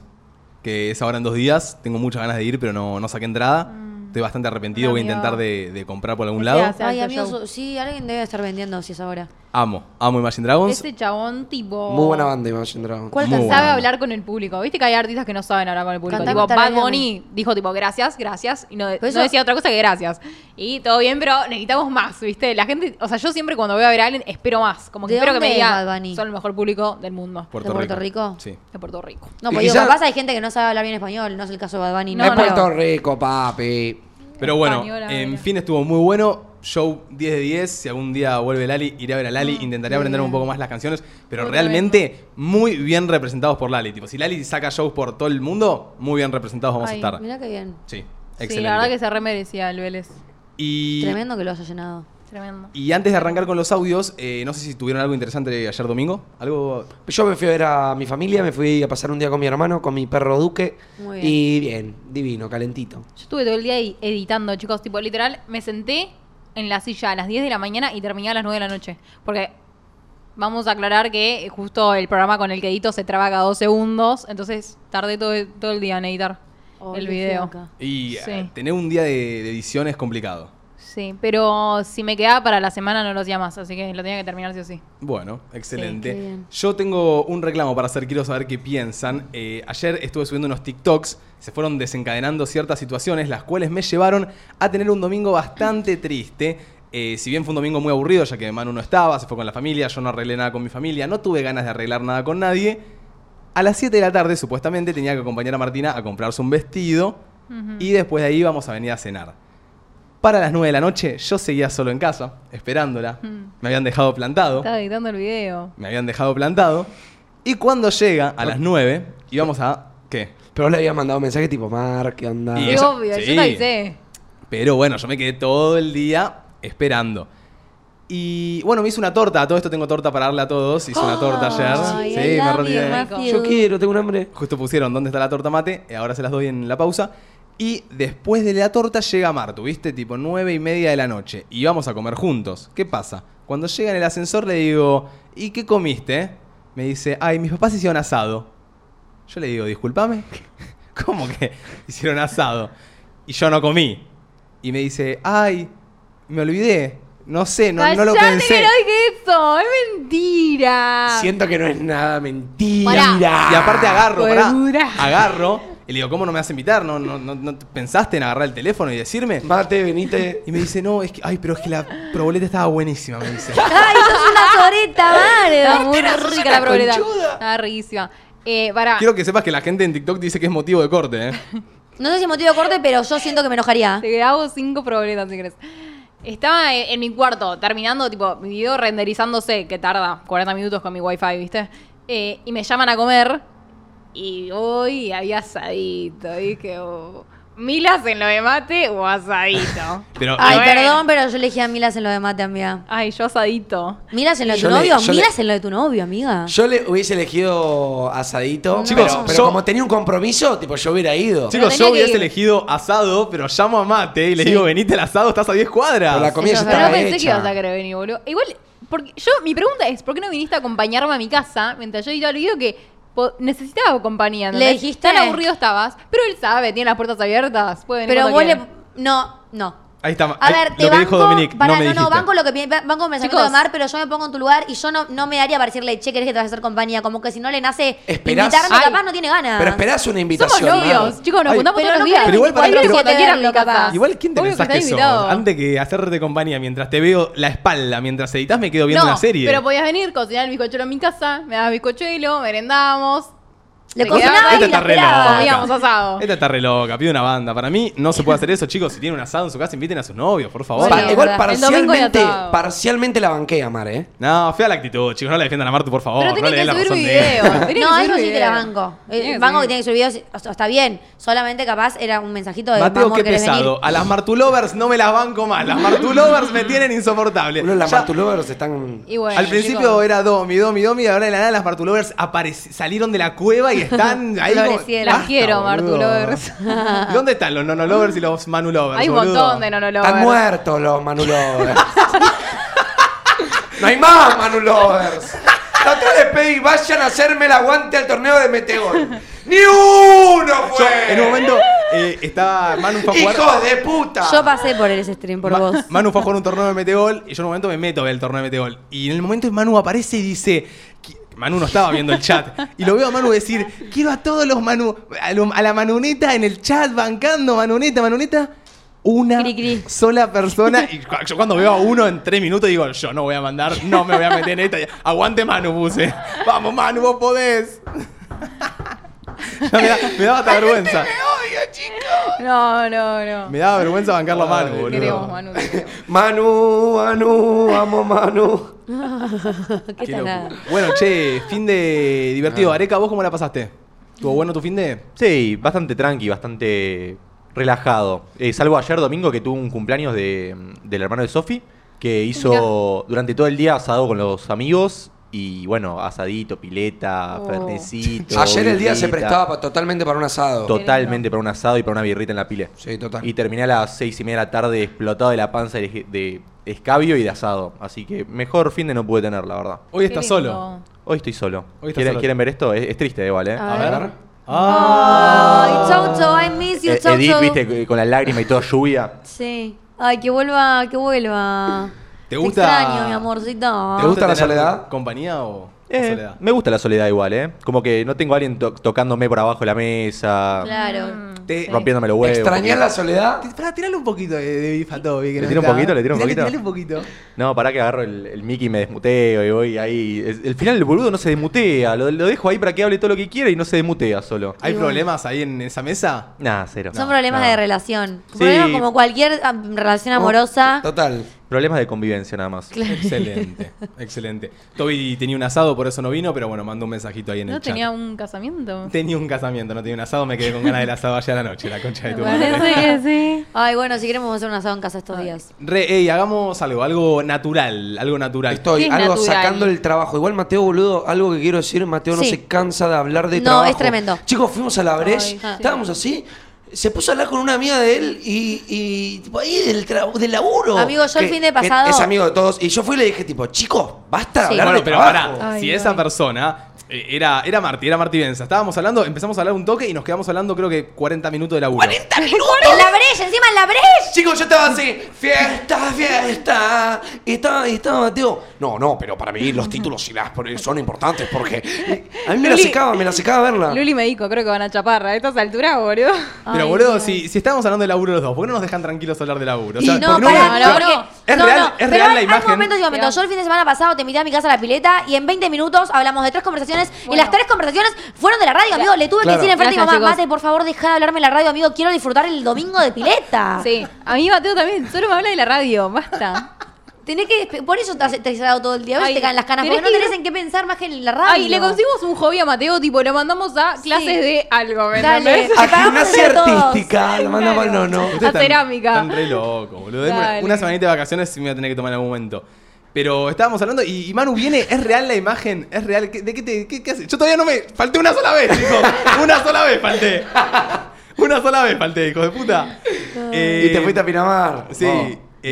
que es ahora en dos días. Tengo muchas ganas de ir, pero no, no saqué entrada. Estoy bastante arrepentido. Voy a
Amigo.
intentar de, de comprar por algún
¿Qué
lado.
hace?
Ay,
Alto
amigos,
show.
sí, alguien debe estar vendiendo si es ahora.
Amo, amo Imagine Dragons.
Ese chabón, tipo.
Muy buena banda, Imagine Dragons.
¿Cuál
Muy
Sabe
canción?
buena. banda.
hablar con el público. Viste que hay artistas que no saben hablar con el público.
Cantá,
tipo,
cantá,
Bad
dígame.
Bunny dijo, tipo, gracias, gracias. Y no,
Pero
no
eso-
decía otra cosa que gracias. Y todo bien, pero necesitamos más, ¿viste? La gente, o sea, yo siempre cuando voy a ver a alguien espero más. Como que
¿De
espero que me
dónde es Bad
diga,
Bunny?
son el mejor público del mundo.
¿De Puerto Rico?
Sí.
De Puerto Rico.
No,
Y
porque digo,
quizá-
capaz hay gente que no sabe hablar bien español, no es el caso de Bad Bunny.
No,
es
no.
Puerto Rico, papi.
Pero bueno,
Española,
en
mira.
fin estuvo muy bueno. Show 10 de 10. Si algún día vuelve Lali, iré a ver a Lali.
Ah,
Intentaré aprender un poco más las canciones. Pero
Muy
realmente muy bien representados por Lali. Tipo, si Lali saca shows por todo el mundo, muy bien representados vamos
Ay,
a estar.
Mirá qué bien.
Sí,
Sí,
excelente.
la verdad que se remerecía el Vélez.
y,
Tremendo que lo haya llenado.
Tremendo.
y antes de arrancar con los audios, eh, no sé si tuvieron algo interesante ayer domingo. Algo
Yo me fui a ver a mi familia, me fui a pasar un día con mi hermano, con mi perro Duque.
Muy bien.
Y bien, divino, calentito.
Yo estuve todo el día ahí editando, chicos. Tipo, literal, me senté en la silla a las 10 de la mañana y terminé a las 9 de la noche. Porque vamos a aclarar que eh, justo el programa con el que edito se traba cada dos segundos. Entonces tardé todo, todo el día en editar
Oh,
el
qué
video.
fiaca.
Y eh,
Sí.
tener un día de, de edición es complicado.
Sí, pero si me quedaba para la semana no lo hacía más. Así que lo tenía que terminar sí o sí.
Bueno, excelente.
qué bien.
Yo tengo un reclamo para hacer, quiero saber qué piensan. Eh, ayer estuve subiendo unos TikToks, se fueron desencadenando ciertas situaciones, las cuales me llevaron a tener un domingo bastante triste. Eh, si bien fue un domingo muy aburrido, ya que Manu no estaba, se fue con la familia, yo no arreglé nada con mi familia, no tuve ganas de arreglar nada con nadie. A las 7 de la tarde, supuestamente, tenía que acompañar a Martina a comprarse un vestido y después de ahí íbamos a venir a cenar. Para las 9 de la noche, yo seguía solo en casa, esperándola.
Mm.
Me habían dejado plantado
Estaba editando el video.
me habían dejado plantado. Y cuando llega a las 9, íbamos a. ¿Qué?
Pero le había mandado un mensaje tipo, Mar, ¿qué onda?
Y
Y
ella-
obvio,
sí.
yo te avisé.
Pero bueno, yo me quedé todo el día esperando. Y bueno, me hice una torta. A todo esto tengo torta para darle a todos. Hice una torta ayer.
Ay, I
sí, me
love
re
you,
olvidé.
Matthew.
Yo quiero, tengo un hambre.
Justo pusieron dónde está la torta mate. Eh, Ahora se las doy en la pausa. Y después de la torta llega Martu, ¿viste? Tipo 9 y media de la noche. Y vamos a comer juntos. ¿Qué pasa? Cuando llega en el ascensor le digo, ¿y qué comiste? Me dice, ay, mis papás hicieron asado. Yo le digo, discúlpame. [LAUGHS] ¿Cómo que hicieron asado? Y yo no comí. Y me dice, ay, me olvidé. No sé, no, no lo
Cállate
pensé.
que no dije eso. Es mentira.
Siento que no es nada mentira.
Ah. Pará.
Y
Ah,
aparte agarro, pará,
Huevura.
agarro y le digo, ¿cómo no me vas a invitar? ¿No, no, no, no te- pensaste en agarrar el teléfono y decirme?
Mate, venite.
Y me dice, no, es que, ay, pero es que la proboleta estaba buenísima, me dice.
¡Ay, sos una
[LAUGHS]
soreta,
Estaba
Mario!
muy rica la probabilidad.
conchuda.
Estaba riquísima. Eh, para.
Quiero que sepas que la gente en TikTok dice que es motivo de corte, ¿eh?
No sé si motivo corte, pero yo siento que me enojaría.
[LAUGHS] Te grabo cinco probabilidades si querés. Estaba e-, en en mi cuarto, terminando, tipo, mi video renderizándose, que tarda 40 minutos con mi wifi, ¿viste? Eh, y me llaman a comer. Y hoy había asadito. Dije, oh, milas en lo de mate o asadito.
Pero eh,
Ay,
Bueno.
perdón, pero yo elegí a Milas en lo de mate, amiga.
Ay, yo asadito.
¿Milas en lo de tu
Yo le-
novio?
yo le-
¿Milas en lo de tu novio, amiga?
Yo le hubiese elegido asadito,
Chicos,
pero, pero
yo-
como tenía un compromiso, tipo yo hubiera ido.
Sí,
chicos,
tenía
yo
que
hubiese
ir.
elegido asado, pero llamo a Mate y le digo, venite al asado, estás a 10 cuadras.
Pero la comida ya
Eso es
Pero
estaba
no pensé que
hecha.
ibas a querer venir, boludo. Igual, porque yo, mi pregunta es, ¿por qué no viniste a acompañarme a mi casa mientras yo editaba el video que po- necesitaba compañía? ¿entendés?
Le dijiste.
Tan aburrido estabas. Pero él sabe, tiene las puertas abiertas. Puede venir
Pero
cuando
vos le...
quiera.
No, no.
Ahí está,
A
ahí-
ver, te
lo que
banco,
dijo Dominic,
pará,
no me
no,
dijiste.
banco lo que pi- banco me
Chicos.
de Mar, pero yo me pongo en tu lugar y yo no, no me daría para decirle, che, querés que te vas a hacer compañía, como que si no le nace
Esperás.
invitarme,
Ay.
capaz no tiene ganas.
Pero esperás una
Somos
invitación.
novios,
Mar.
chicos, nos
Ay,
juntamos
pero
todos
no
los días.
querés
Pero igual, pará,
Cualquier
pero-
día cuando quieran,
verlo,
mi casa.
capaz.
Igual, ¿quién te
Obvio que
pensás que
está
sos?
invitado.
Antes que hacerte compañía, mientras te veo la espalda, mientras editas, me quedo viendo
no,
una serie.
pero podías venir, cocinar el bizcochuelo en mi casa, me dabas bizcochuelo, merendábamos,
Le
Este
Te
cocinaba
quedaba-
y
Esta este
la
está re
esperaba.
loca.
comíamos asado.
Esta está re loca, pide una banda. Para mí no se puede hacer eso, chicos. Si tienen un asado en su casa, inviten a sus novios, por favor.
Pa-
Sí,
igual
es
verdad. El domingo ya
parcialmente,
estaba.
parcialmente la banquea, Mar, ¿eh?
No, fea la actitud, chicos. No la defiendan a Martu, por favor.
Pero
Oh, no le den
tienen
la
que subir
razón
videos. [LAUGHS]
de...
tienen
No,
que
eso
subir
sí te la
videos.
banco.
Tienen
El banco que
subir.
tiene que subir videos, o sea, está bien. Solamente capaz era un mensajito de
Mateo,
amor,
qué
¿querés venir?
pesado. A las Martulovers no me las banco más. Las Martulovers me tienen insoportable.
Uno de las
Ya-
Martulovers están.
Y bueno,
Al principio
chicos.
era Domi, Domi, Domi. y Ahora de la nada las Martulovers aparec- salieron de la cueva
[LAUGHS]
y están ahí.
Flores
como-
cielo.
Las
Basta,
quiero,
boludo.
Martu lovers.
¿Dónde están los nono lovers y los manu lovers?
Hay un
boludo?
montón de nono lovers.
Están muertos los Manulovers. no hay más Manulovers. La otra vez pedí, vayan a hacerme el aguante al torneo de Meteor. ¡Ni uno
Yo,
fue!
en un momento eh, estaba Manu fue a jugar.
¡Hijos de puta!
Yo pasé por ese stream por
Ma- [LAUGHS]
vos.
Manu fue a jugar un torneo de metegol y yo en un momento me meto a ver el torneo de metegol. Y en el momento Manu aparece y dice. qui- Manu no estaba viendo el chat. Y lo veo a Manu decir: Quiero a todos los Manu. A, lo- a la Manuneta en el chat bancando, Manuneta, Manuneta. Una
Cri, cri.
sola
[LAUGHS]
persona. Y cu- yo cuando veo a uno en tres minutos digo: Yo no voy a mandar, no me voy a meter en esta. Aguante Manu, puse. Vamos, Manu, vos podés. [LAUGHS] me, da- me daba hasta vergüenza.
No, no, no.
Me daba vergüenza bancarlo a Manu,
Ay,
boludo.
Queremos,
[LAUGHS]
Manu, te queremos.
Manu, Manu, amo Manu.
¿Qué
Qué
tal
locura.
nada?
Bueno, che, fin de divertido. Areca, ¿vos cómo la pasaste? ¿Tuvo bueno tu fin de?
Sí, bastante tranqui, bastante relajado. Eh, salvo ayer domingo que tuvo un cumpleaños de, del hermano de Sofi, que hizo durante todo el día asado con los amigos y bueno, asadito, pileta,
Oh.
fernecito.
Ayer el día se
birrita.
prestaba pa- totalmente para un asado.
Totalmente para un asado y para una birrita en la pile.
sí, total.
Y terminé a las seis y media de la tarde explotado de la panza de, de escabio y de asado. Así que mejor fin de no pude tener, la verdad.
Hoy
Qué
estás
lindo.
solo.
Hoy estoy solo.
Hoy estás
¿Quieren,
solo.
quieren ver esto? Es, es triste igual, ¿eh?
A ver.
Ah.
Ay, chau, chau, I miss you,
Eh,
chau,
Edith,
chau.
viste, con la lágrima y toda lluvia.
Sí. Ay, que vuelva, que vuelva.
¿Te gusta-
extraño, mi amorcito.
¿Te gusta la
tener
soledad?
¿Compañía o la
Eh,
soledad?
me gusta la soledad igual, ¿eh? Como que no tengo a alguien to- tocándome por abajo de la mesa,
Claro.
Te,
rompiéndome los huevos.
¿Extrañás la soledad?
Ah, Pará, tirale un poquito de, de bifa a Toby, que
¿Le
no
tiro un
está.
poquito? ¿Le tiro un
Tirale-
poquito?
tirale un poquito.
No, pará que agarro el, el mic y me desmuteo y voy ahí. Es- el final el boludo no se desmutea, lo, lo dejo ahí para que hable todo lo que quiera y no se desmutea solo.
¿Hay
Y bueno.
problemas ahí en esa mesa?
Nada, cero.
Son problemas
Nada.
de relación.
Sí.
Problemas como cualquier ah, relación amorosa.
Total.
Problemas de convivencia nada más.
Excelente, excelente. Toby tenía un asado, por eso no vino, pero bueno, mandó un mensajito ahí en
¿No
el chat.
tenía un casamiento?
Tenía un casamiento, no tenía un asado, me quedé con ganas del asado ayer a la noche, la concha de tu madre.
Parece que sí.
Ay, bueno, si queremos hacer un asado en casa estos días.
Re, ey, hagamos algo, algo natural, algo natural.
Estoy
¿Qué es
algo
natural?
sacando el trabajo. Igual Mateo, boludo, algo que quiero decir, Mateo no
Sí.
se cansa de hablar de
No,
trabajo.
es tremendo.
Chicos, fuimos a la Breche,
Ay, sí.
estábamos así. Se puso a hablar con una amiga de él y, y tipo, ahí del, tra- del laburo.
Amigo, yo el fin de
que
pasado-
Es amigo de todos. Y yo fui y le dije, tipo, chicos, basta de
Sí.
hablar
Bueno,
de
pero
trabajo.
pará,
Ay,
si
ay.
esa persona eh, era, era Marti, era Marti Benza, estábamos hablando, empezamos a hablar un toque y nos quedamos hablando creo que 40 minutos de laburo.
¡40 minutos!
¡En la brecha! ¡Encima en la brecha!
Chicos, yo estaba así, fiesta, fiesta. Y estaba, y estaba Mateo. No, no, pero para mí los títulos y las son importantes porque.
[LAUGHS]
A mí me la
Luli-
secaba, me la secaba
Ah.
verla.
Luli me dijo, creo que van a chapar a estas alturas, boludo.
Pero
Ay,
boludo,
Dios.
si, si estábamos hablando de laburo los dos, ¿por qué no nos dejan tranquilos hablar de laburo? O
Y
sea,
no,
No,
¿por qué
pará,
no,
no,
no,
no.
es
No,
real-
no,
es
pero
real la
hay-
imagen.
Hay momentos y momentos. Yo el fin de semana pasado te invité a mi casa a la pileta y en 20 minutos hablamos de tres conversaciones y
Bueno.
las tres conversaciones fueron de la radio, amigo. Le tuve
Claro.
que decir enfrente a mi
Gracias,
mamá,
chicos.
mate, por favor, deja de hablarme en la radio, amigo. Quiero disfrutar el domingo de pileta.
[LAUGHS] Sí. A mí Mateo también, solo me habla de la radio, basta.
Tenés que. despe- Por eso te has estresado todo el día. A veces
Ay,
te caen las canas.
tenés
Porque no
que
tenés
ir-
en qué pensar más que en la radio.
Ay, le conseguimos un hobby a Mateo, tipo, lo mandamos a clases de algo, ¿me
Dale.
[LAUGHS]
entendés?
A
Te pagamos
gimnasia
entre todos.
artística, la mandaba no, no.
Ustedes
A
están-
cerámica.
Están re locos, boludo. Denme Una,
Dale.
una semanita de vacaciones sí me voy a tener que tomar en algún momento. Pero estábamos hablando y, y Manu viene, es real la imagen, es real. ¿Qué- ¿De qué te qué, qué haces? Yo todavía no me. Falté una sola vez, chicos. una sola vez falté. [LAUGHS] una sola vez falté, hijo de puta. Eh,
Y te fuiste a Pinamar.
sí,
Oh,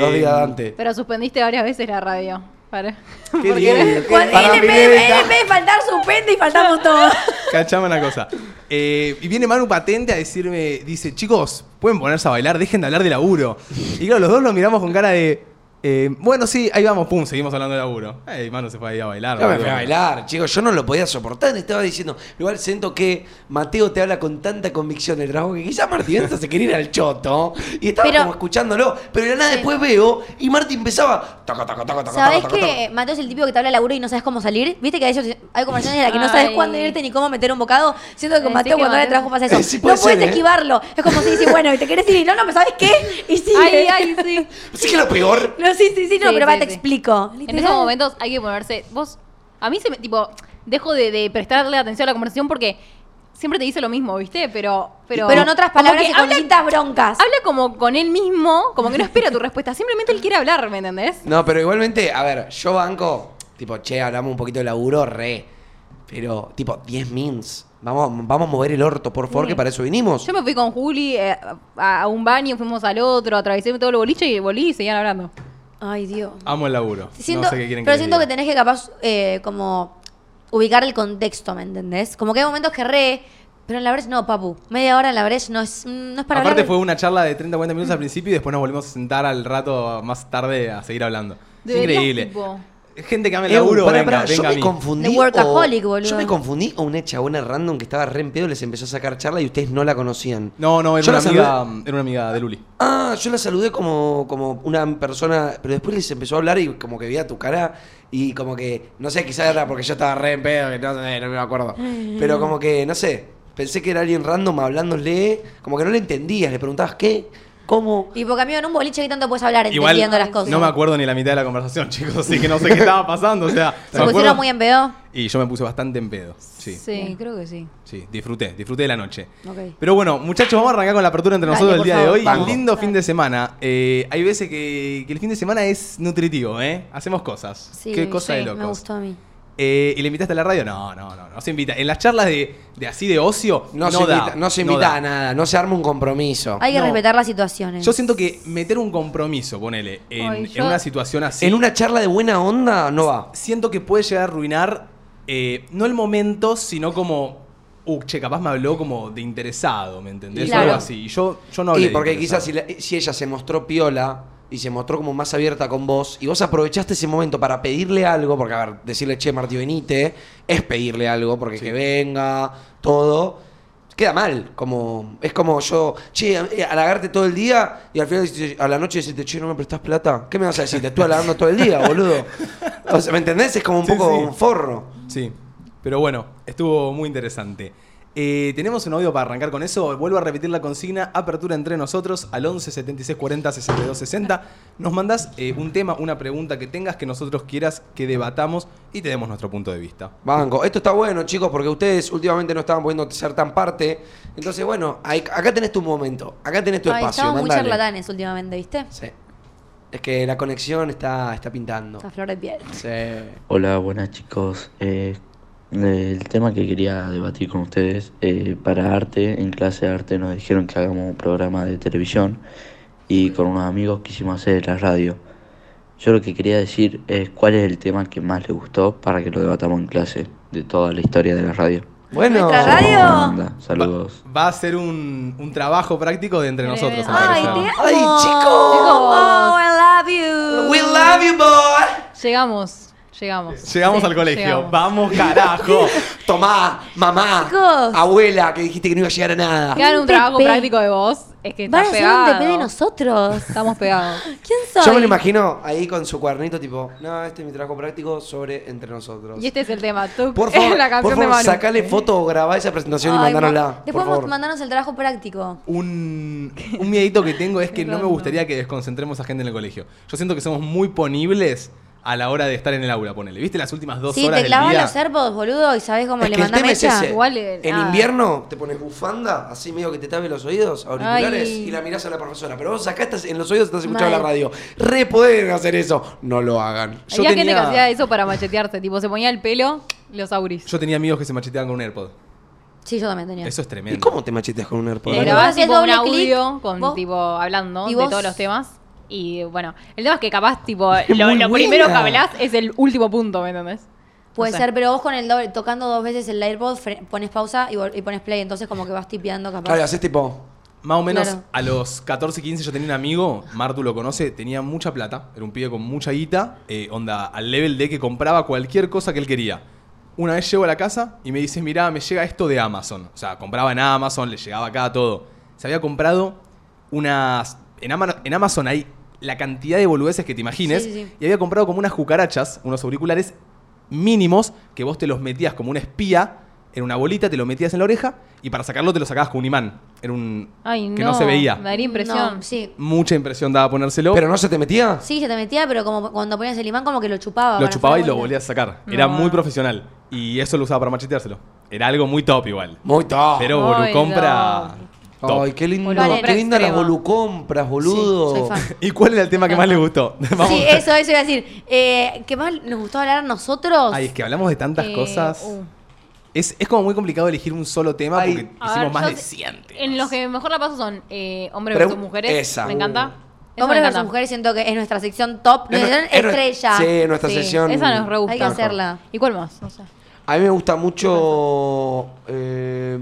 dos
eh,
días antes.
Pero suspendiste varias veces la radio. Para.
Qué lindo.
Cuando
Eh, Para
él, en vez de-
pileta.
él en vez de faltar, suspende y faltamos todos.
Cachame una cosa. Eh, y viene Manu Patente a decirme, dice, chicos, pueden ponerse a bailar, dejen de hablar de laburo. Y claro, los dos lo miramos con cara de, eh, bueno, sí, ahí vamos, pum, seguimos hablando de laburo. Ey, Manu se fue ahí a bailar.
Yo me
boludo.
fui a bailar, chicos, yo no lo podía soportar, le estaba diciendo, igual siento que Mateo te habla con tanta convicción del trabajo que quizás Martín Benza se quería ir al choto y estaba
Pero-
como escuchándolo, pero de la nada después veo y Martín empezaba, taca, taca, taca, taca,
¿Sabés
taca, taca,
que Mateo es el tipo que te habla de laburo y no sabes cómo salir? ¿Viste que hay, hay conversaciones en las que no sabes
Ay.
cuándo irte ni cómo meter un bocado? Siento que con
Sí,
Mateo
que
cuando habla de
Mateo-
trabajo pasa eso.
Eh, sí
no
puede
puedes
ser, ¿eh?
esquivarlo. Es como si dices, bueno, y te querés ir y no, no, pero ¿sabes qué? Y sí.
Ay, ay, sí.
taca. Sí que lo peor.
[LAUGHS] No, sí, sí, sí, no,
Sí,
pero va,
sí,
te
sí.
explico.
En esos momentos hay que ponerse. Vos, a mí se me. Tipo, dejo de, de prestarle atención a la conversación porque siempre te dice lo mismo, ¿viste? Pero. Pero,
Pero, en otras
como
palabras
que
y con
habla,
distintas broncas.
habla como con él mismo, como que no espera tu respuesta. Simplemente él quiere hablar, ¿me entendés?
No, pero igualmente, a ver, yo banco, tipo, che, hablamos un poquito de laburo, re, pero tipo, 10 mins. Vamos, vamos a mover el orto, por favor, que para eso vinimos.
Yo me fui con Juli eh, a, a un baño, fuimos al otro, atravesé todo el boliche y volví y seguían hablando.
Ay, Dios.
Amo el laburo.
Siento-
no sé qué quieren
pero
que les
siento que
diga.
tenés que capaz eh, como ubicar el contexto, ¿me entendés? Como que hay momentos que re, pero en la brecha no, papu. Media hora en la brecha no es, mm, no es para
Aparte
hablar.
fue una charla de 30 40 minutos al principio y después nos volvimos a sentar al rato más tarde a seguir hablando. Es
Deberías,
increíble.
tipo-
Gente que ama el
Eh,
laburo,
pará,
venga,
pará, yo
venga a
me
mí.
confundí.
The workaholic,
o-
boludo.
Yo me confundí o una chabona random que estaba re en pedo les empezó a sacar charla y ustedes no la conocían.
No, no, era
Yo
una,
la saludé-
amiga, era una amiga de Luli.
Ah, yo la saludé como, como una persona, pero después les empezó a hablar y como que veía tu cara y como que, no sé, quizás era porque yo estaba re en pedo, que no, sé, no me acuerdo. Pero como que, no sé, pensé que era alguien random hablándole, como que no le entendías, le preguntabas qué, cómo.
Y porque amigo, en un boliche que tanto puedes hablar
Igual
entendiendo las cosas.
no me acuerdo ni la mitad de la conversación, [LAUGHS] chicos, así que no sé qué estaba pasando. O sea,
Se
me acuerdo-
pusieron muy en pedo.
Y yo me puse bastante en pedo. Sí, sí,
Sí, creo que sí.
disfruté, disfruté de la noche.
Ok.
Pero bueno, muchachos, vamos a arrancar con la apertura entre
Dale,
nosotros el
por
día
favor.
de hoy.
Vamos.
Un lindo fin de semana. Eh, hay veces que, que el fin de semana es nutritivo, ¿eh? Hacemos cosas.
Sí,
Qué cosa
sí,
de locos.
Me gustó a mí.
Eh, ¿Y le invitaste a la radio? No, no, no, no se invita. En las charlas de, de así de ocio,
No,
no,
se
da,
invita, no se invita
da.
a nada, no se arma un compromiso.
Hay que
No.
respetar las situaciones.
Yo siento que meter un compromiso, ponele, en,
Ay,
en
yo-
una situación así,
En una charla de buena onda no va.
siento que puede llegar a arruinar, eh, no el momento, sino como, uh, che, capaz me habló como de interesado, ¿me entendés?
Claro.
Algo así. Y yo, yo no hablé
y
de
porque
interesado.
quizás si, la- si ella se mostró piola y se mostró como más abierta con vos y vos aprovechaste ese momento para pedirle algo, porque a ver, decirle che Martí venite, es pedirle algo, porque que venga, todo. Queda mal, como es como yo, che, a- eh, halagarte todo el día y al final dices- a la noche decirte, che, no me prestás plata. ¿Qué me vas a decir? Te estuve halagando todo el día, boludo. O sea, ¿me entendés? Es como un
Sí,
poco
sí.
un forro.
Sí, pero bueno, estuvo muy interesante. Eh, tenemos un audio para arrancar con eso. Vuelvo a repetir la consigna: apertura entre nosotros al 11 76 40 62 60. Nos mandas un tema, una pregunta que tengas que nosotros quieras que debatamos y te demos nuestro punto de vista.
Banco. Esto está bueno, chicos, porque ustedes últimamente no estaban pudiendo ser tan parte. Entonces, bueno, ahí- acá tenés tu momento. Acá tenés tu
Ay,
espacio.
estamos muy
mandale.
charlatanes últimamente, ¿viste?
Sí. Es que la conexión está, está pintando.
Esta flor de piel.
Sí.
Hola, buenas chicos. Eh, el tema que quería debatir con ustedes, eh, para arte, en clase de arte nos dijeron que hagamos un programa de televisión y con unos amigos quisimos hacer la radio. Yo lo que quería decir es cuál es el tema que más les gustó para que lo debatamos en clase de toda la historia de la radio.
Bueno,
Nuestra
Somos
radio.
buena onda. Saludos.
Va a ser un, un trabajo práctico de entre
Bien.
nosotros. me parece.
Ay, te amo.
Ay, chicos.
Oh, I love you.
we love you, boy.
Llegamos, llegamos.
Llegamos
Sí,
al colegio.
llegamos.
Vamos, carajo.
Tomá, mamá,
Chicos.
abuela, que dijiste que no iba a llegar a nada.
Que hagan un
Pepe.
trabajo práctico de vos. Es que
Van
estás
a ser un
pegado.
TP
[LAUGHS]
de nosotros.
Estamos pegados.
¿Quién soy?
Yo me lo imagino ahí con su cuadernito, tipo, no, este es mi trabajo práctico sobre entre nosotros.
Y este [LAUGHS] es el tema. Tú,
Por favor,
la canción
por favor,
de Manu.
sacale foto o grabá esa presentación
Ay,
y mandárnosla.
ma-
Por
Después
favor.
mandanos el trabajo práctico. [LAUGHS]
un, un miedito que tengo es que no me
Random.
gustaría que desconcentremos a gente en el colegio. Yo siento que somos muy ponibles a la hora de estar en el aula, ponele. ¿Viste las últimas dos
Sí,
horas
te
del
clavas
día?
los AirPods, boludo, y sabés cómo
Es
le
que el
mandás
tema es
mecha.
ese.
Igual, eh,
en
nada.
invierno te pones bufanda, así medio que te tape los oídos, auriculares,
Ay.
y la mirás a la profesora. Pero vos acá estás en los oídos estás escuchando
Mal.
la radio. Re pueden hacer eso. No lo hagan.
Yo
Había gente
tenía-
que hacía eso para machetearse. Tipo, se ponía el pelo, los auris.
Yo tenía amigos que se macheteaban con un AirPod.
Sí, yo también tenía.
Eso es
¿Y
tremendo.
cómo te macheteas con un AirPod?
Le
Bueno,
grabás
hacías
tipo un
doble clic,
audio con
vos-
tipo hablando
y
de
vos-
todos los temas. Y bueno, el tema es que capaz, tipo,
Es
lo,
muy
lo primero que
buena.
hablás es el último punto, ¿me entendés?
Puede
No sé.
ser, pero vos con el doble, tocando dos veces el AirPod, fre- pones pausa y, vol- y pones play, entonces como que vas tipeando capaz.
Claro, haces tipo.
Más o menos
Claro.
a los 14, 15 yo tenía un amigo, Martu lo conoce, tenía mucha plata, era un pibe con mucha guita, eh, onda al level de que compraba cualquier cosa que él quería. Una vez llego a la casa y me dice, mirá, me llega esto de Amazon. O sea, compraba en Amazon, le llegaba acá todo. Se había comprado unas... En, Ama- en Amazon hay la cantidad de boludeces que te imagines.
Sí, sí, sí.
Y había comprado como unas cucarachas, unos auriculares mínimos, que vos te los metías como un espía en una bolita, te lo metías en la oreja y para sacarlo te lo sacabas con un imán. Era un...
Ay, no.
que no se veía.
Me daría impresión.
No, sí.
Mucha impresión daba ponérselo.
¿Pero no se te metía?
Sí, se te metía, pero como cuando ponías el imán, como que lo chupaba.
lo
para
chupaba y
afuera,
lo volvía a
boludo.
sacar.
No.
Era muy profesional. Y eso lo usaba para macheteárselo. Era algo muy top igual.
Muy top.
Pero
Ay,
Bolu compra. top.
Ay, qué lindo.
Boludo,
Qué
compra
linda las
extrema.
bolucompras, boludo.
Sí, soy
[LAUGHS]
fan.
¿Y cuál era el tema que más le gustó? [LAUGHS] Vamos.
Sí, eso, eso iba a decir. Eh, ¿Qué más nos gustó hablar a nosotros?
Ay, es que hablamos de tantas
Eh,
cosas.
uh.
Es, es como muy complicado elegir un solo tema
Ay.
porque
A
hicimos
ver,
más
yo
de
sé-
100
En los que mejor la paso son eh, hombres
Pregu-
versus mujeres.
esa.
Me encanta. Eso me
Hombres versus
encanta.
mujeres siento que es nuestra sección top,
Es
nuestra
nue- es nue-
estrella.
Sí, es nuestra
Sí,
sesión.
Esa nos re gusta.
Hay que hacerla.
¿Y cuál más? No sé.
A mí me gusta mucho. eh,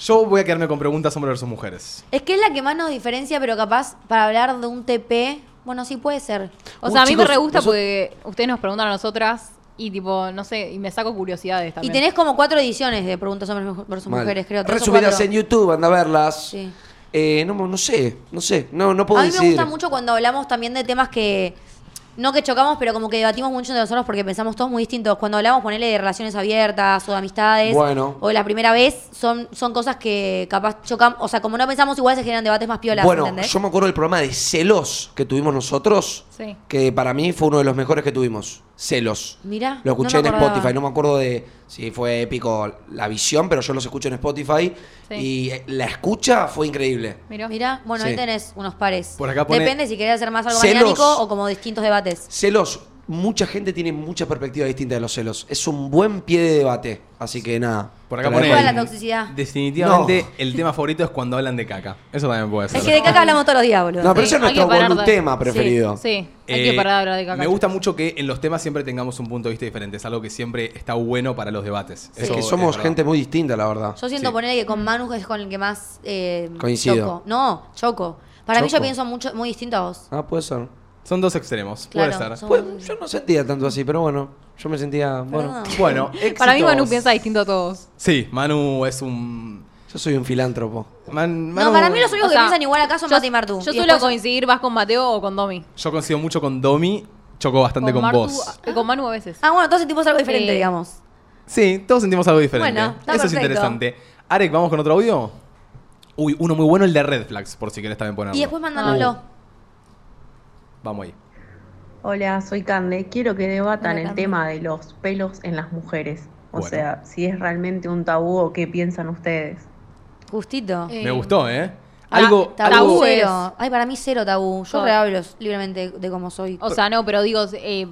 Yo voy a quedarme con preguntas hombres versus mujeres.
Es que es la que más nos diferencia, pero capaz para hablar de un TP, bueno, sí puede ser.
O
Uh,
sea, a mí
chicos,
me re gusta
nosotros-
porque ustedes nos preguntan a nosotras y tipo, no sé, y me saco curiosidades
Y
también.
tenés como cuatro ediciones de preguntas hombres mu- versus
mal.
mujeres, creo. tres o
Resubidas
cuatro.
en YouTube, anda a verlas.
Sí.
Eh, no, no sé, no sé. No, no puedo
A mí me
decidir.
gusta mucho cuando hablamos también de temas que. No que chocamos, pero como que debatimos mucho entre nosotros porque pensamos todos muy distintos. Cuando hablamos, ponele de relaciones abiertas o de amistades.
Bueno.
O de la primera vez, son, son cosas que capaz chocamos. O sea, como no pensamos igual, se generan debates más piolas.
Bueno,
¿entendés?
yo me acuerdo del programa de celos que tuvimos nosotros,
Sí.
que para mí fue uno de los mejores que tuvimos. Celos.
Mirá,
Lo
no me
escuché en
acordaba.
Spotify, no me acuerdo de si fue épico la visión, pero yo los escucho en Spotify
Sí.
y eh, la escucha fue increíble.
Mirá.
Mirá, bueno,
Sí.
ahí tenés unos pares.
Por acá pone-
Depende si querés hacer más algo
Celos.
más dinámico o como distintos debates.
Celos, mucha gente tiene muchas perspectivas distintas de los celos. Es un buen pie de debate, así que nada.
Por acá
Traemos.
pone.
Igual la toxicidad.
Definitivamente
No.
el tema favorito es cuando hablan de caca. Eso también puede ser.
Es que de caca hablamos todos los días, boludo.
No, pero ese
Sí,
es
hay que
nuestro
parar de-
tema preferido.
Sí, hay
Eh,
que parar de hablar de caca.
Me gusta mucho que en los temas siempre tengamos un punto de vista diferente. Es algo que siempre está bueno para los debates.
Es
Eso
que somos
verdad.
gente muy distinta, la verdad.
Yo siento
Sí.
ponerle que con Manu es con el que más eh,
Coincido.
choco. No, choco. Para mí yo
Choco.
pienso mucho, muy distinto a vos.
Ah, puede ser.
Son dos extremos.
Claro,
puede ser.
somos-
Pues, yo no sentía tanto así, pero bueno, yo me sentía, bueno,
Perdón.
Bueno,
[LAUGHS] Para mí Manu
éxitos.
piensa distinto a todos.
Sí, Manu es un.
yo soy un filántropo.
Man-
No,
Manu-
para mí los únicos
O
que
sea,
piensan igual acá son
yo,
Mati y Martu.
Yo
Y
suelo
después-
coincidir más con Mateo o con Domi.
Yo coincido mucho con Domi, choco bastante con,
Martu,
vos.
eh, Con Manu a veces.
Ah, bueno, todos sentimos algo diferente,
Sí.
digamos.
Sí, todos sentimos algo diferente.
Bueno, está
Eso es
perfecto.
interesante. Arek, ¿vamos con otro audio? Uy, uno muy bueno, el de Red Flags, por si querés también
Ah,
ponerlo.
Y después mandándolo.
Uh. Vamos ahí.
Hola, soy Cande. Quiero que debatan
Hola,
el
Cande.
tema de los pelos en las mujeres. O
Bueno.
sea, si es realmente un tabú o qué piensan ustedes.
Justito.
Eh,
Me gustó, ¿eh?
ta-
Algo.
tabú
algo-
es-
cero. Ay, para mí cero tabú. Yo
Todo.
rehablo libremente de cómo soy.
O sea, no, pero digo, eh,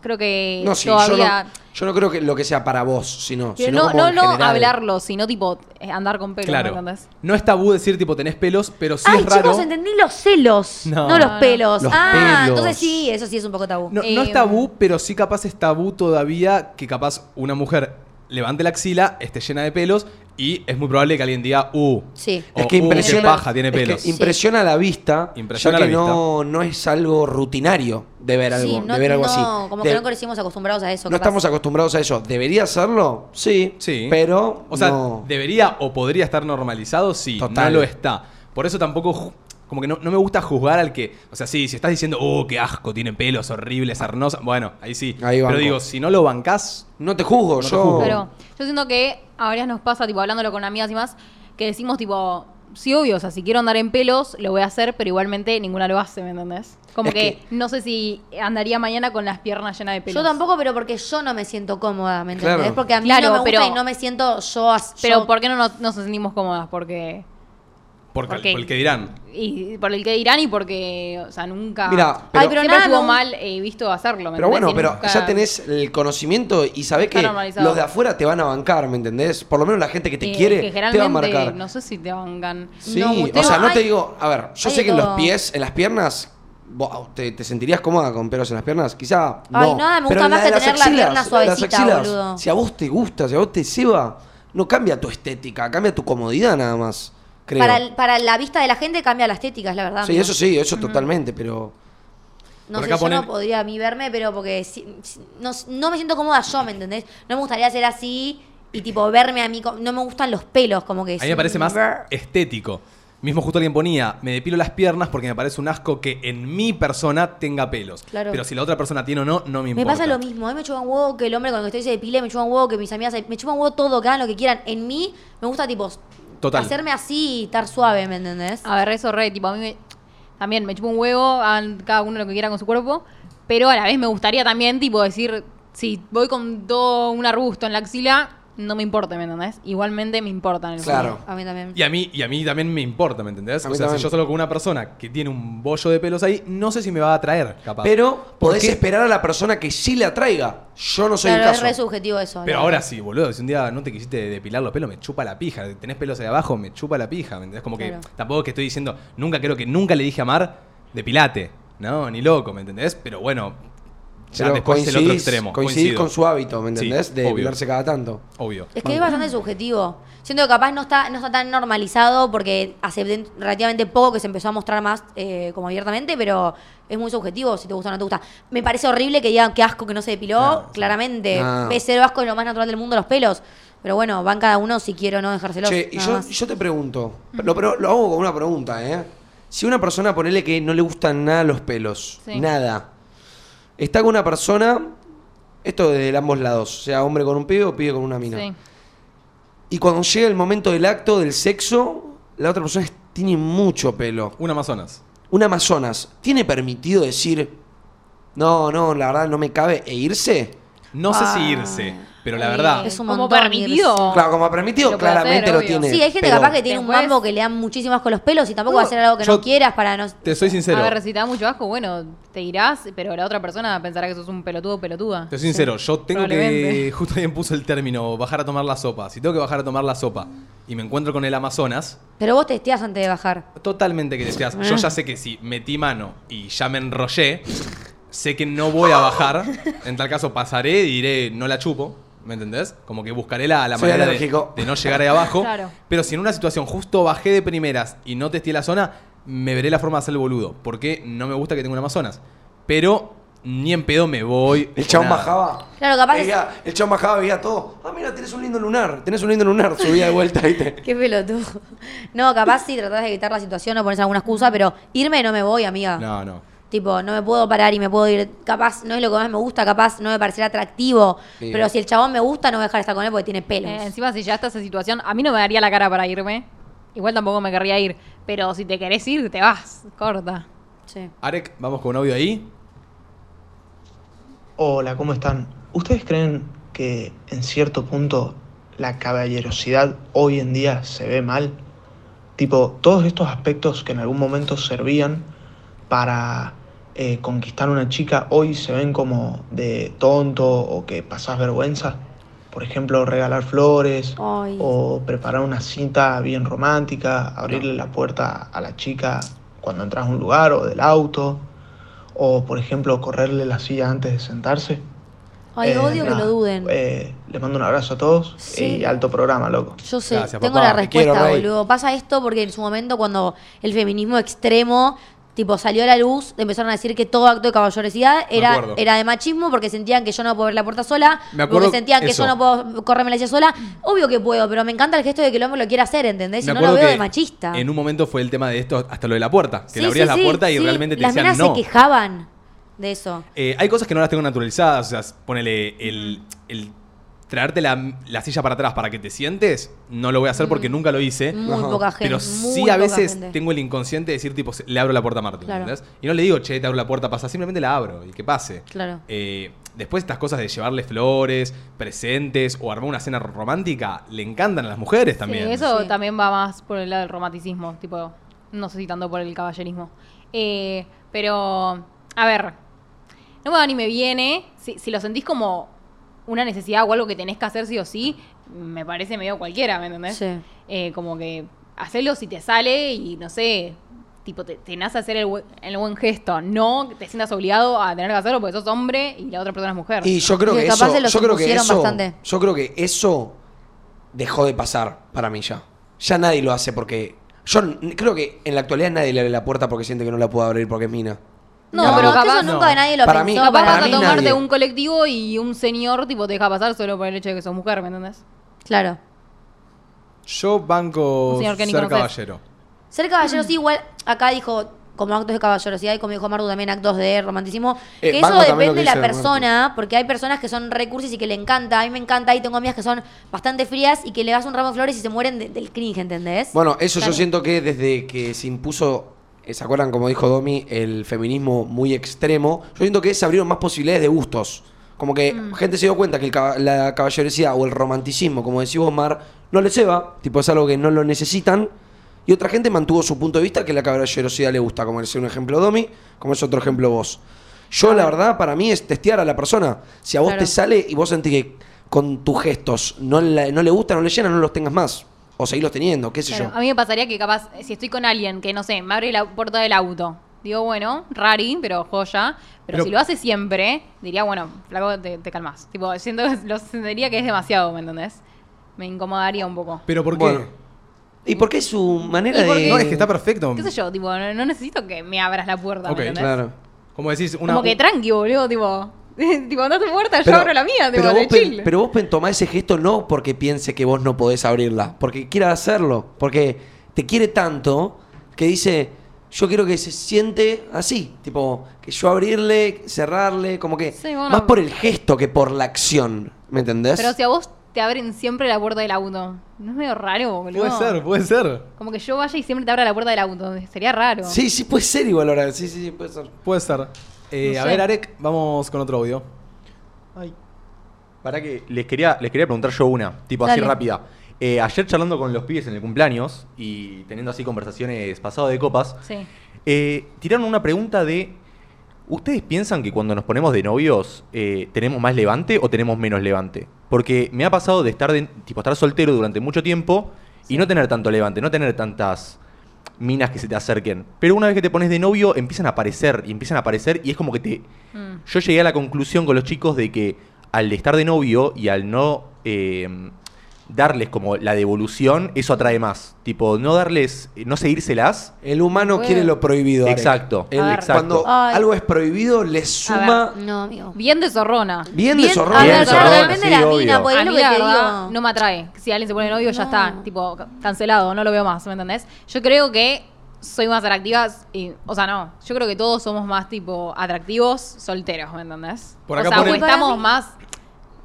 creo que
No, sí, yo
todavía...
no, yo no creo que lo que sea para vos, sino,
Pero
sino
no,
como
no,
en
no
general.
hablarlo, sino tipo eh, andar con pelos, ¿me
Claro.
entendés?
No es tabú decir, tipo, tenés pelos, pero sí
Ay,
es raro.
chicos, entendí los celos,
No.
no,
No,
los
no.
pelos.
Los
ah,
pelos.
entonces sí, eso sí es un poco tabú.
No, no es
Eh,
tabú, pero sí capaz es tabú todavía que capaz una mujer levante la axila, esté llena de pelos y es muy probable que alguien diga, uh,
Sí.
Es
o,
que
"Uh, qué
impresiona,
paja, tiene
es que
pelos.
impresiona la vista,
Impresiona
ya
la
que No, no es algo rutinario de ver algo,
sí, no,
de ver algo
no,
así.
como
De-
que no crecimos acostumbrados a
no
eso. capaz.
estamos acostumbrados a eso. ¿Debería hacerlo? Sí,
Sí.
pero
O sea,
no.
debería o podría estar normalizado, sí.
Total.
No lo está. Por eso tampoco. ju- Como que no, no me gusta juzgar al que. O sea, sí, si estás diciendo, oh, qué asco, tienen pelos horribles, sarnosa. Bueno, ahí sí.
Ahí banco.
Pero digo, si no lo bancás.
no te juzgo, yo...
juzgo.
Claro. Yo siento que a varias nos pasa, tipo, hablándolo con amigas y más, que decimos, tipo, sí, obvio, o sea, si quiero andar en pelos, lo voy a hacer, pero igualmente ninguna lo hace, ¿me entendés? Como
Es
que,
que-
no sé si andaría mañana con las piernas llenas de pelos.
Yo tampoco, pero porque yo no me siento cómoda, ¿me entendés?
Claro.
Porque a mí
Claro,
no me gusta
pero-
y no me siento yo. as-
Pero
yo-
¿por qué no nos, nos sentimos cómodas? Porque...
Porque,
¿Por qué?
porque dirán.
Y por el que dirán y porque, o sea, nunca...
Mira,
Ay, pero
siempre
nada,
estuvo
no.
mal eh, visto hacerlo, ¿me
Pero
entendés?
bueno,
Y
pero
nunca-
ya tenés el conocimiento y sabés
Está
que
normalizado.
los de afuera te van a bancar, ¿me entendés? Por lo menos la gente que te
eh,
quiere
que
te va a
generalmente,
marcar.
no sé si te bancan.
sí,
No,
o sea, no
hay-
te digo, a ver, yo
hay
sé que en
todo.
los pies, en las piernas, vos- te, te sentirías cómoda con pelos en las piernas, quizá no.
Ay, nada, me
Pero
gusta más
la
que
de las
tener la pierna
axilas, de las
suavecita,
axilas,
boludo.
Si a vos te gusta, si a vos te ceba, no cambia tu estética, cambia tu comodidad nada más, creo.
para, el- para la vista de la gente cambia la estética, es la verdad.
sí,
¿no?
eso sí, eso totalmente, pero...
No
Por
sé,
acá
yo
ponen-
no podría a mí verme, pero porque si- si- no, no me siento cómoda yo, ¿me entendés? No me gustaría ser así y tipo verme a mí. co- No me gustan los pelos, como que.
A mí me parece más
Brr.
estético. Mismo justo alguien ponía, me depilo las piernas porque me parece un asco que en mi persona tenga pelos.
Claro.
Pero si la otra persona tiene o no, no me
Me
importa.
pasa lo mismo, a mí me chupa un huevo que el hombre con el que estoy se depile, me chupa un huevo que mis amigas, se- me chupa un huevo todo, que hagan lo que quieran. En mí me gusta tipo
Total. Ah.
hacerme así y estar suave, ¿me entendés?
A ver, eso re, tipo, a mí me- también me chupo un huevo, hagan cada uno lo que quiera con su cuerpo, pero a la vez me gustaría también, tipo, decir, si voy con todo un arbusto en la axila, no me importa, ¿me entendés? Igualmente me importa en el
Claro.
fondo.
A mí también.
Y a mí, y a mí también me importa, ¿me entendés?
A
O
mí
sea,
también.
si yo solo con una persona que tiene un bollo de pelos ahí, no sé si me va a atraer, capaz.
Pero
¿Por
podés
qué?
esperar a la persona que sí le atraiga. Yo no soy
Claro,
el
es
caso.
re subjetivo eso.
Pero
¿no?
ahora sí, boludo, si un día no te quisiste depilar los pelos, me chupa la pija. Tenés pelos ahí abajo, me chupa la pija, ¿me entendés? Como que
Claro.
tampoco es que estoy diciendo, nunca creo que nunca le dije a Mar, depilate. No, ni loco, ¿me entendés? Pero bueno, ya
Pero
después es el otro
coincidís-
extremo.
coincidís
Coincido.
con su hábito, ¿me
Sí,
entendés? de
obvio.
depilarse cada tanto.
Obvio.
Es que es
Ah.
bastante subjetivo. Siento que capaz no está, no está tan normalizado porque hace de- relativamente poco que se empezó a mostrar más eh, como abiertamente, pero es muy subjetivo si te gusta o no te gusta. Me parece horrible que digan que asco que no se depiló,
Claro, sí.
claramente.
Ah.
Ves cero asco es lo más natural del mundo los pelos. Pero bueno, van cada uno si quiere o no dejárselos.
Che, y
nada
yo,
más.
yo te pregunto, lo, pero lo hago con una pregunta, ¿eh? Si una persona, ponele que no le gustan nada los pelos,
Sí.
nada, está con una persona, esto desde ambos lados, o sea, hombre con un pibe o pibe con una mina.
Sí.
Y cuando llega el momento del acto, del sexo, la otra persona es- tiene mucho pelo.
Un Amazonas.
Un Amazonas, ¿tiene permitido decir, no, no, la verdad no me cabe, e irse?
No sé si
Ah.
irse, pero la
Eh,
verdad.
Es un
como
montón
permitido.
irse.
Claro, como permitido,
Lo puede hacer,
claramente lo
obvio.
tiene.
Sí, hay gente
pero-
capaz que tiene
Después-
un mambo que le dan muchísimas con los pelos y tampoco va a
No,
hacer algo que
yo-
no quieras para no.
Te soy sincero.
A ver, si te da mucho asco, bueno, te irás, pero la otra persona pensará que sos un pelotudo o pelotuda.
Te soy sincero, yo tengo que.
Probablemente.
[LAUGHS] Justo alguien puso el término bajar a tomar la sopa. Si tengo que bajar a tomar la sopa y me encuentro con el Amazonas,
Pero vos testeás antes de bajar.
totalmente que deseas.
Ah.
Yo ya sé que si metí mano y ya me enrollé, sé que no voy a
[LAUGHS]
bajar. En tal caso pasaré y diré, no la chupo. ¿Me entendés? Como que buscaré la, la
Soy
manera de,
alérgico.
de no llegar ahí abajo.
Claro.
Pero si en una situación justo bajé de primeras y no testé la zona, me veré la forma de hacer el boludo. Porque no me gusta que tenga un Amazonas. Pero ni en pedo me voy.
El chabón
nada.
bajaba.
Claro, capaz
Veía- El chabón bajaba, veía todo. Ah, mira, tenés un lindo lunar. Tenés un lindo lunar. Subía de vuelta, ¿viste?
Qué pelotudo. No, capaz sí tratás de evitar la situación o pones alguna excusa, pero irme no me voy, amiga.
No, no.
Tipo, no me puedo parar y me puedo ir. Capaz no es lo que más me gusta, capaz no me parecerá atractivo.
Sí.
Pero si el chabón me gusta, no voy a dejar de estar con él porque tiene pelos.
Eh, encima, si ya está esa situación, a mí no me daría la cara para irme. Igual tampoco me querría ir. Pero si te querés ir, te vas. Corta.
Sí.
Arek, vamos con un audio ahí.
Hola, ¿cómo están? ¿Ustedes creen que en cierto punto la caballerosidad hoy en día se ve mal? Tipo, todos estos aspectos que en algún momento servían para eh, conquistar a una chica hoy se ven como de tonto o que pasás vergüenza. Por ejemplo, regalar flores
Ay.
Oh,
o preparar una cita bien romántica, abrirle la puerta a la chica cuando entras a un lugar o del auto. O, por ejemplo, correrle la silla antes de sentarse.
Ay,
Eh,
odio que
nada,
lo duden.
eh, les mando un abrazo a todos
Sí.
y alto programa, loco.
Yo sé,
Gracias,
tengo
papá.
la
Te
respuesta,
quiero, Rey.
boludo. Pasa esto porque en su momento, cuando el feminismo extremo tipo salió a la luz, empezaron a decir que todo acto de caballerosidad era,
acuerdo.
era de machismo porque sentían que yo no puedo abrir la puerta sola,
Me acuerdo
porque sentían que
eso.
yo no puedo correrme la silla sola. Obvio que puedo, pero me encanta el gesto de que el hombre lo quiera hacer, ¿entendés? Si
Me
no lo
acuerdo
veo
que
de machista.
En un momento fue el tema de esto, hasta lo de la puerta. Que le abrías la puerta y realmente te
Las
decían
minas
no.
se quejaban de eso.
Eh, hay cosas que no las tengo naturalizadas. O sea, ponele el, el traerte la, la silla para atrás para que te sientes. No lo voy a hacer porque
Mm.
nunca lo hice.
Muy
Ajá.
poca gente.
¿Eh? Pero
muy
sí a
poca
veces
gente.
tengo el inconsciente de decir, tipo, se- le abro la puerta a Martín.
Claro.
¿entendés? Y no le digo, che, te abro la puerta, pasa. Simplemente la abro y que pase.
Claro.
Eh, después estas cosas de llevarle flores, presentes o armar una cena romántica, le encantan a las mujeres también.
Sí, eso
Sí.
también va más por el lado del romanticismo, tipo, no sé si tanto por el caballerismo. Eh, pero, a ver, no me va ni me viene. Si, si lo sentís como una necesidad o algo que tenés que hacer sí o sí, me parece medio cualquiera, ¿me entendés?
Sí.
Eh, como que hacelo si te sale y no sé, tipo, te, te nace hacer el, buen- el buen gesto. No te sientas obligado a tener que hacerlo porque sos hombre y la otra persona es mujer.
Y yo creo
Sí,
que
capaz
eso.
se los
Yo creo que
impusieron
eso.
bastante.
Yo creo que eso dejó de pasar para mí ya. Ya nadie lo hace porque. Yo n- creo que en la actualidad nadie le abre la puerta porque siente que no la puede abrir porque es mina.
No,
No,
pero
capaz
eso
no.
nunca nadie lo
Para mí-
pensó.
No,
Capaz
para
vas Ah, a
mí
tomarte
nadie.
un colectivo y un señor tipo te deja pasar solo por el hecho de que sos mujer, ¿me entendés?
Claro.
Yo banco
Un señor que ni
ser
conoces.
caballero.
Ser caballero, sí, igual acá dijo como actos de caballerosidad y como dijo Mardu también actos de romanticismo.
Eh,
que eso
banco también lo
depende
que
de la
dice
persona, porque hay personas que son recursos y que le encanta. A mí me encanta y tengo amigas que son bastante frías y que le das un ramo de flores y se mueren de- del cringe, ¿entendés?
Bueno, eso
Claro.
yo siento que desde que se impuso, eh, ¿se acuerdan como dijo Domi, el feminismo muy extremo? Yo siento que se abrieron más posibilidades de gustos. Como que gente se dio cuenta que el caba- la caballerosidad o el romanticismo, como decís vos, Mar, no les ceba, tipo es algo que no lo necesitan. Y otra gente mantuvo su punto de vista que la caballerosidad le gusta, como es un ejemplo Domi, como es otro ejemplo vos. Yo, la verdad, para mí es testear a la persona. Si a vos
Claro.
te sale y vos sentís que con tus gestos no, la- no le gusta, no le llena, no los tengas más. O seguirlos teniendo, qué sé
Claro,
yo.
A mí me pasaría que capaz, eh, si estoy con alguien que, no sé, me abre la puerta del auto, digo, bueno, rari, pero joya. Pero,
Pero-
si lo hace siempre, diría, bueno, flaco, te, te calmas. Tipo, siento que lo sentiría que es demasiado, ¿me entendés? Me incomodaría un poco.
¿Pero por qué?
Bueno, ¿Y por qué su manera
Y porque-
de.?
no, es que está perfecto.
¿Qué sé yo? Tipo, no, no necesito que me abras la puerta,
Ok,
¿me entendés?
Claro.
Como decís, una.
Como que tranqui, boludo, tipo. [LAUGHS] tipo, andás tu puerta, yo
Pero-
abro la mía, tipo,
pero,
de
vos pen-
chill.
pero vos pen- tomá ese gesto no porque piense que vos no podés abrirla, porque quiera hacerlo, porque te quiere tanto que dice, yo quiero que se siente así, tipo, que yo abrirle, cerrarle, como que
Sí, bueno.
más por el gesto que por la acción, ¿me entendés?
Pero si a vos te abren siempre la puerta del auto, ¿no es medio raro, boludo?
puede ser, puede ser.
Como que yo vaya y siempre te abra la puerta del auto. Sería raro.
Sí, sí, puede ser igual ahora, sí, sí, sí, puede ser.
Puede ser. Eh,
No
a
sé.
ver, Arek, vamos con otro audio.
Para que les quería, les quería preguntar yo una, tipo así
Dale.
rápida. Eh, ayer charlando con los pibes en el cumpleaños y teniendo así conversaciones pasado de copas,
Sí.
eh, tiraron una pregunta de. ¿Ustedes piensan que cuando nos ponemos de novios eh, tenemos más levante o tenemos menos levante? Porque me ha pasado de estar de- tipo estar soltero durante mucho tiempo y no tener tanto levante, no tener tantas minas que se te acerquen. Pero una vez que te pones de novio empiezan a aparecer y empiezan a aparecer y es como que te
Mm.
yo llegué a la conclusión con los chicos de que al estar de novio y al no eh, darles como la devolución, eso atrae más. Tipo, no darles, no seguírselas.
El humano
Puede.
quiere lo prohibido. Arek.
Exacto.
El-
A ver.
Cuando
Ay.
algo es prohibido, le suma
No, amigo.
Bien de zorrona.
bien, de zorrón.
A
Bien
ver,
de
claro,
zorrón,
depende de
sí,
la
obvio.
mina,
A
porque Pues es lo
mí,
que
la
te
verdad,
digo.
no me atrae. Si alguien se pone novio, ya
No.
está. Tipo, ca- cancelado, no lo veo más, ¿me entendés? Yo creo que soy más atractiva. y- o sea, no. Yo creo que todos somos más, tipo, atractivos solteros, ¿me entendés?
Por acá
o sea,
ponen-
o
Para
estamos
mí-
más.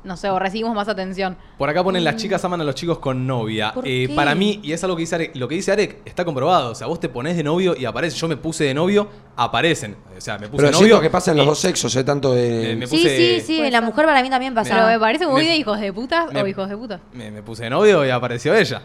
No sé, o recibimos más atención.
Por acá ponen las chicas aman a los chicos con novia.
¿Por
Eh,
qué?
para mí, y es algo que dice Arek, lo que dice Arek está comprobado. O sea, vos te pones de novio y aparece. Yo me puse de novio, aparecen. O sea, me puse
Pero
de
es
novio.
cierto que pasa en los
y
dos sexos, eh, tanto de...
Eh, me-
Sí,
puse-
sí, sí,
Puede
la
ser.
mujer para mí también
Pero me
pasaba.
parece muy
Me-
de hijos de putas o
me-
hijos de puta.
Me, me puse de novio y apareció ella.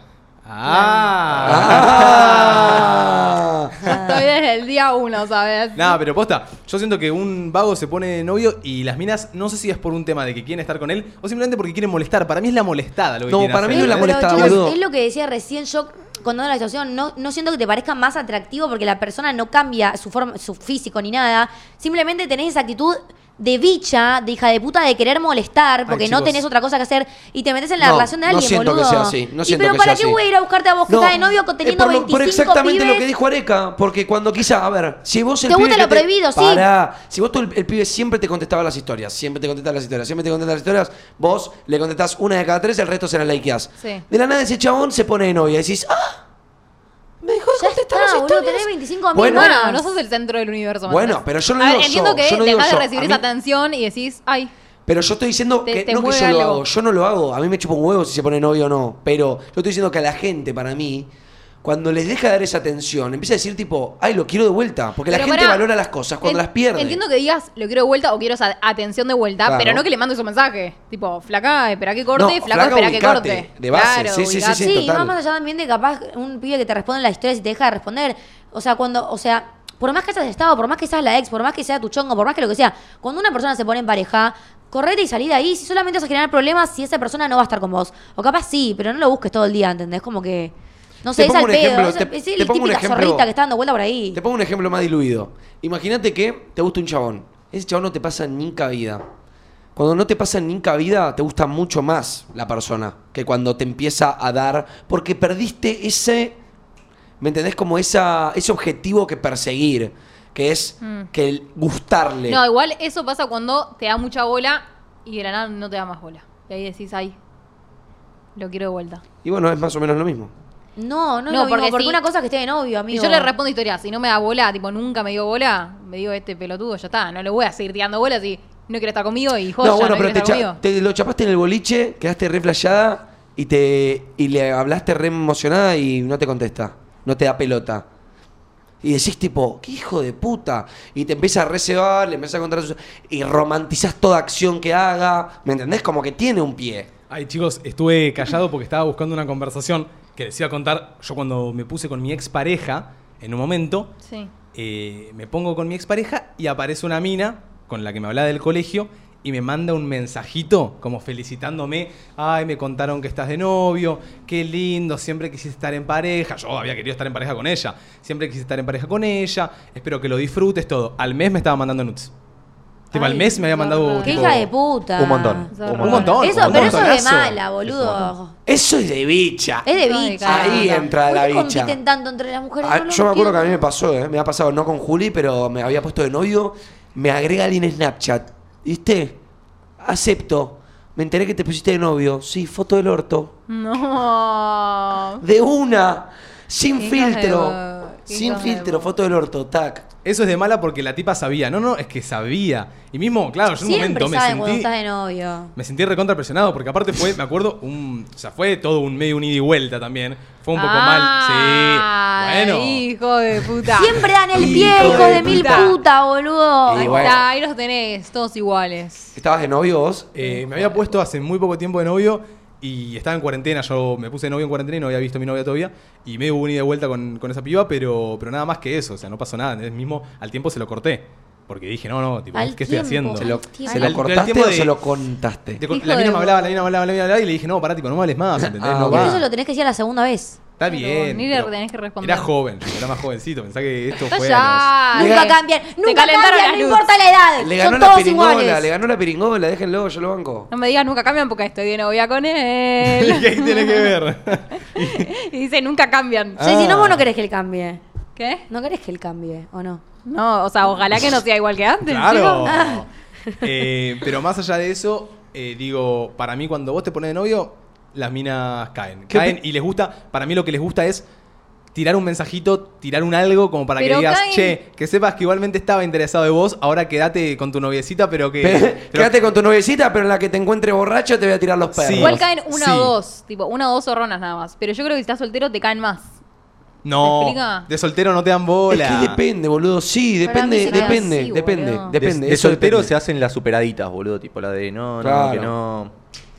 ¡Ah!
Ah.
[LAUGHS]
Estoy desde el día uno, ¿sabes?
Nada, pero posta, yo siento que un vago se pone de novio y las minas, no sé si es por un tema de que quieren estar con él o simplemente porque quieren molestar. Para mí es la molestada lo que
No,
quieren
para mí
hacer,
no es la
¿entendés?
molestada,
chicos,
boludo.
Es lo que decía recién yo cuando era la situación, no, no siento que te parezca más atractivo porque la persona no cambia su forma, su físico ni nada. Simplemente tenés esa actitud de bicha, de hija de puta, de querer molestar porque no
chicos.
tenés otra cosa que hacer y te metes en la
No,
relación de
no
alguien,
siento que
boludo.
sea así, no
Y
siento
pero
que
¿para
sea
qué
así.
voy a ir a buscarte a vos que
No,
estás de novio
es
teniendo
por, lo-
25
por exactamente
pibes?
lo que dijo Areca, porque cuando quizá, a ver, si vos el
Te
pibe que
gusta lo prohibido, sí.
Pará, si vos tú el, el pibe siempre te contestaba las historias, siempre te contestaba las historias, siempre te contestaba las historias, vos le contestás una de cada tres, el resto se las likeás.
Sí.
De la nada ese chabón se pone de novia y decís, ¡ah! Me dejó de
Ya
contestar
está,
las
boludo,
historias.
tenés 25 amigos.
Bueno,
Bueno,
Buenas.
no, no sos el centro del universo. ¿me
Bueno,
entendés?
pero yo no
A ver,
digo yo,
Ah, Entiendo que
yo no digo
dejás
yo.
de recibir
A mí-
esa atención y decís, ay,
Pero yo estoy diciendo
Te-
que
te
no que
mueve
yo lo
algo.
hago, yo no lo hago, a mí me chupa un huevo si se pone novio o no, pero yo estoy diciendo que a la gente para mí cuando les deja de dar esa atención, empieza a decir tipo, "Ay, lo quiero de vuelta", porque la
Pero
gente
pará,
valora las cosas cuando
en-
las pierde.
Entiendo que digas, lo quiero de vuelta o quiero esa atención de vuelta,
Claro.
pero no que le mandes un mensaje. Tipo, flaca, espera que corte,
No,
flaco,
flaca,
espera que
ubicate,
corte.
de base, sí, sí,
ubicate.
sí,
Sí, y
total.
va más allá también de capaz un pibe que te responde las historias y te deja de responder. O sea, cuando, o sea, por más que hayas estado, por más que seas la ex, por más que sea tu chongo, por más que lo que sea, cuando una persona se pone en pareja, correte y salí de ahí. Si solamente vas a generar problemas, si esa persona no va a estar con vos. O capaz sí, pero no lo busques todo el día, ¿entendés? Como que. No
Te
sé, es
pongo
al
un
pedo.
ejemplo,
es,
te-
es
te
el
pongo un
típica
ejemplo.
zorrita que está dando vuelta por ahí.
Te pongo un ejemplo más diluido. Imagínate que te gusta un chabón. Ese chabón no te pasa ni cabida. Cuando no te pasa ni cabida, te gusta mucho más la persona que cuando te empieza a dar. Porque perdiste ese. ¿Me entendés? Como esa, ese objetivo que perseguir. Que es que el gustarle.
No, igual eso pasa cuando te da mucha bola y de la nada no te da más bola. Y ahí decís, ay, lo quiero de vuelta.
Y bueno, es más o menos lo mismo.
No, no,
No,
no, porque,
porque sí.
una cosa es que esté de novio,
Y
amigo.
yo le respondo historias, si no me da bola, tipo, nunca me dio bola, me digo, este pelotudo, ya está, no le voy a seguir tirando bolas y no quiere estar conmigo y joya,
no, bueno, pero
quiere
te,
estar
cha-
conmigo.
te lo chapaste en el boliche, quedaste re flasheada y, te, y le hablaste re emocionada y no te contesta. No te da pelota. y decís tipo, qué hijo de puta. Y te empieza a recebar, le empieza a contar sus- y romantizás toda acción que haga. ¿Me entendés? Como que tiene un pie.
Ay, chicos, estuve callado porque estaba buscando una conversación que les iba a contar. Yo cuando me puse con mi expareja, en un momento,
Sí.
eh, me pongo con mi expareja y aparece una mina con la que me hablaba del colegio y me manda un mensajito como felicitándome. Ay, me contaron que estás de novio, qué lindo, siempre quisiste estar en pareja. Yo había querido estar en pareja con ella, siempre quise estar en pareja con ella, espero que lo disfrutes todo. Al mes me estaba mandando nuts. Tipo, al
Ay,
mes me había
qué
mandado.
bárbaro.
Qué
tipo,
hija de puta.
Un montón.
Zarpado.
Un montón.
Eso,
un
pero eso es de
montonazo.
mala, boludo.
Eso es de bicha.
Es de
No, de
bicha.
cara. Ahí
entra
¿Por
la
qué
bicha.
compiten tanto entre las mujeres?
Ah,
No lo
yo me acuerdo que a mí me
entiendo.
pasó, ¿eh? Me ha pasado no con Juli, pero me había puesto de novio. Me agrega alguien en Snapchat. ¿Viste? Acepto. Me enteré que te pusiste de novio. Sí, foto del orto.
No.
De una. Sin
Hijas
filtro.
de bo-
Sin
hijas de
filtro,
bo-
foto del orto, tac.
Eso es de mala porque la tipa sabía. No, no, es que sabía. Y mismo, claro, yo en un
Siempre
momento me
saben cuando
sentí.
estás de novio.
Me sentí recontra presionado porque aparte fue, me acuerdo, un. O sea, fue todo un medio un ida y vuelta también. Fue un poco
Ah,
mal. Sí. Bueno.
Hijo de puta.
Siempre dan el pie,
Hijo
hijo
de
de mil
puta.
puta, boludo.
Y
Ahí
bueno.
está, ahí los tenés, todos iguales.
¿Estabas de novio vos?
eh, me había puesto hace muy poco tiempo de novio y estaba en cuarentena. Yo me puse de novio en cuarentena y no había visto a mi novia todavía. Y medio hubo un ida y vuelta con, con esa piba, pero, pero nada más que eso. O sea, no pasó nada. El mismo al tiempo se lo corté. Porque dije, no, no, tipo,
Al
¿qué estoy
tiempo,
haciendo?
¿Se lo,
Al tiempo.
se lo
Al- pero al
cortaste
tiempo
o
de-
se lo contaste?
Te co-
Hijo
la
de
mina me
vos.
hablaba, la mina me hablaba, la mina me hablaba y le dije, no, pará, tipo, no me hables más, ¿entendés?
Ah,
no
ok.
va.
Pero eso lo tenés que decir a la segunda vez.
Está
Pero
bien.
ni le
pero
tenés que responder.
Era joven, yo era más jovencito. Pensá que esto fue. a
Callá.
Nunca cambian, nunca
calentaron
cambian, no
las luces.
importa la edad.
Le ganó
Son
la
todos
piringola,
iguales.
le ganó la piringola, déjenlo, yo lo banco.
No me digas nunca cambian porque estoy de novia con [LAUGHS]
los- [LAUGHS] ¿Qué
él.
tiene que ver?
y dice nunca cambian.
O sea,
Ah.
si no, vos no querés que él cambie.
¿Qué?
No querés que él cambie, ¿o no?
No, o sea, ojalá que no sea igual que antes.
Claro.
chicos. [LAUGHS]
Eh, pero más allá de eso, eh, digo, para mí cuando vos te pones de novio, las minas caen.
¿Qué
Caen
opi-
y les gusta, para mí lo que les gusta es tirar un mensajito, tirar un algo como para que
Pero
digas,
caen-
che, que sepas que igualmente estaba interesado de vos, ahora quédate con tu noviecita, pero que... [LAUGHS] pero-
Quédate con tu noviecita, pero en la que te encuentre borracho te voy a tirar los perros.
Sí.
Igual caen una
Sí.
o dos, tipo, una o dos zorronas nada más. Pero yo creo que si estás soltero te caen más. ¿Me
No,
explica?
de soltero no te dan bola.
Es que depende, boludo. Sí,
Para mí
depende,
se queda
depende,
así,
depende,
boludo.
De-
depende.
De,
eso
soltero
depende.
se hacen las superaditas, boludo. Tipo la de no,
Claro.
no, que no.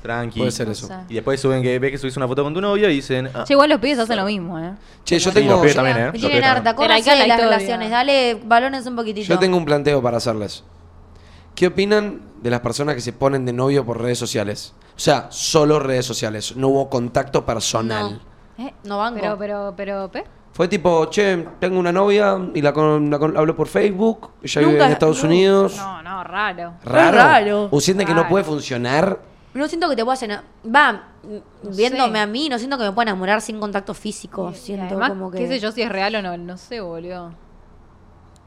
Tranqui.
Puede ser eso.
Y después suben que ves que subís una foto con tu novia y dicen. ah,
Che, igual los pibes hacen lo mismo, ¿eh?
Che, yo
Sí, los
tengo,
pibes
yo-
también, ¿eh?
Me
Los
tienen
pibes también.
harta,
Pero hay que la
cójanse las
historia.
relaciones, dale balones un poquitito.
yo tengo un planteo para hacerles. ¿Qué opinan de las personas que se ponen de novio por redes sociales? O sea, solo redes sociales. No hubo contacto personal.
¿Eh?
No banco.
Pero, pero, pero, ¿pe?
Fue tipo, che, tengo una novia y la, con, la con- hablo por Facebook. Ella vive
Nunca-
en Estados
no,
Unidos.
No, no, raro.
Raro.
Raro.
¿O sienten que no
Raro.
puede funcionar?
No siento que te pueda llenar. Va, m- viéndome
sé.
a mí, no siento que me pueda enamorar sin contacto físico.
Y- y
Oh, siento
además,
como que.
qué sé yo si es real o no, no sé, boludo.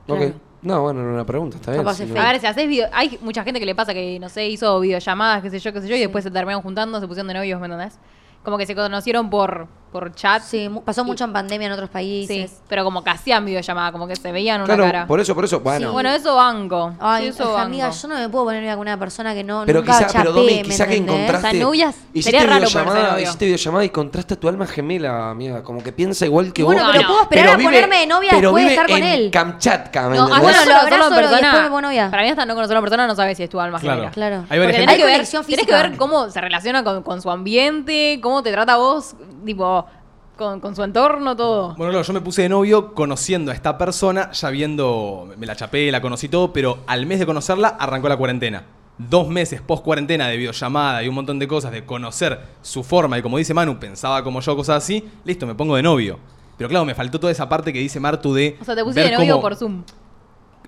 Ok.
Claro.
No, bueno, era una pregunta, está bien.
Capaz
si
es
no-
fake.
A ver, si haces video... Hay mucha gente que le pasa que, no sé, hizo videollamadas, qué sé yo, qué sé yo, y después se terminaron juntando, se pusieron de novios, ¿me entendés? Como que se conocieron por, por chat.
Sí, mu- pasó mucho en pandemia en otros
ah, Sí,
países.
pero como que hacían videollamada, como que se veían una
Claro,
cara.
por eso, por eso. Bueno,
Bueno, eso banco.
Ay,
Sí, eso
o sea,
banco.
amiga, yo no me puedo poner novia con una persona que no.
Pero
nunca
quizá, pero
chapé,
Domi,
¿me
quizá que
entendés?
encontraste.
O sea, novias,
hiciste
sería raro ponerse
videollamada,
novio.
Hiciste videollamada y contraste tu alma gemela, amiga. Como que piensa igual que
Bueno,
vos.
pero puedo
esperar a ponerme de novia
pero
después de
vive
estar con
en
él. ah,
Kamchatka, ¿me
No, ah, hasta
entendés?
bueno,
no
lo
conocerlo en
abrazo y después
persona.
me pongo novia.
Para mí, hasta no conocerlo en persona, no sabes si es tu alma gemela.
Claro.
Claro.
Hay varias
Porque
gente-
tenés que, ver,
conexión
tenés que
física.
ver cómo se relaciona con, con su ambiente, cómo te trata vos, tipo, con, con su entorno, todo.
Bueno, claro, yo me puse de novio conociendo a esta persona, ya viendo, me la chapé, la conocí todo, pero al mes de conocerla arrancó la cuarentena. Dos meses post cuarentena de videollamada y un montón de cosas, de conocer su forma y como dice Manu, pensaba como yo, cosas así, listo, me pongo de novio. Pero claro, me faltó toda esa parte que dice Martu de...
o sea, te pusiste
ver
de novio
cómo-
por Zoom.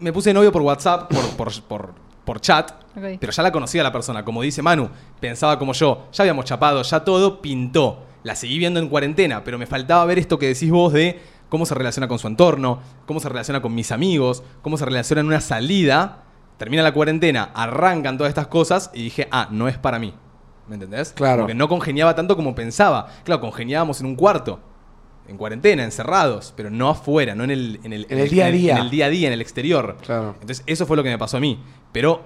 Me puse de novio por WhatsApp, por, por, por, por chat,
Ok.
pero ya la conocía la persona. Como dice Manu, pensaba como yo, ya habíamos chapado, ya todo pintó. La seguí viendo en cuarentena, pero me faltaba ver esto que decís vos de cómo se relaciona con su entorno, cómo se relaciona con mis amigos, cómo se relaciona en una salida. Termina la cuarentena, arrancan todas estas cosas y dije, ah, no es para mí. ¿Me entendés?
Claro.
Porque no congeniaba tanto como pensaba. Claro, congeniábamos en un cuarto, en cuarentena, encerrados, pero no afuera, no en el, en el,
En el día a día.
En el día a día, en el exterior.
Claro.
Entonces, eso fue lo que me pasó a mí. Pero,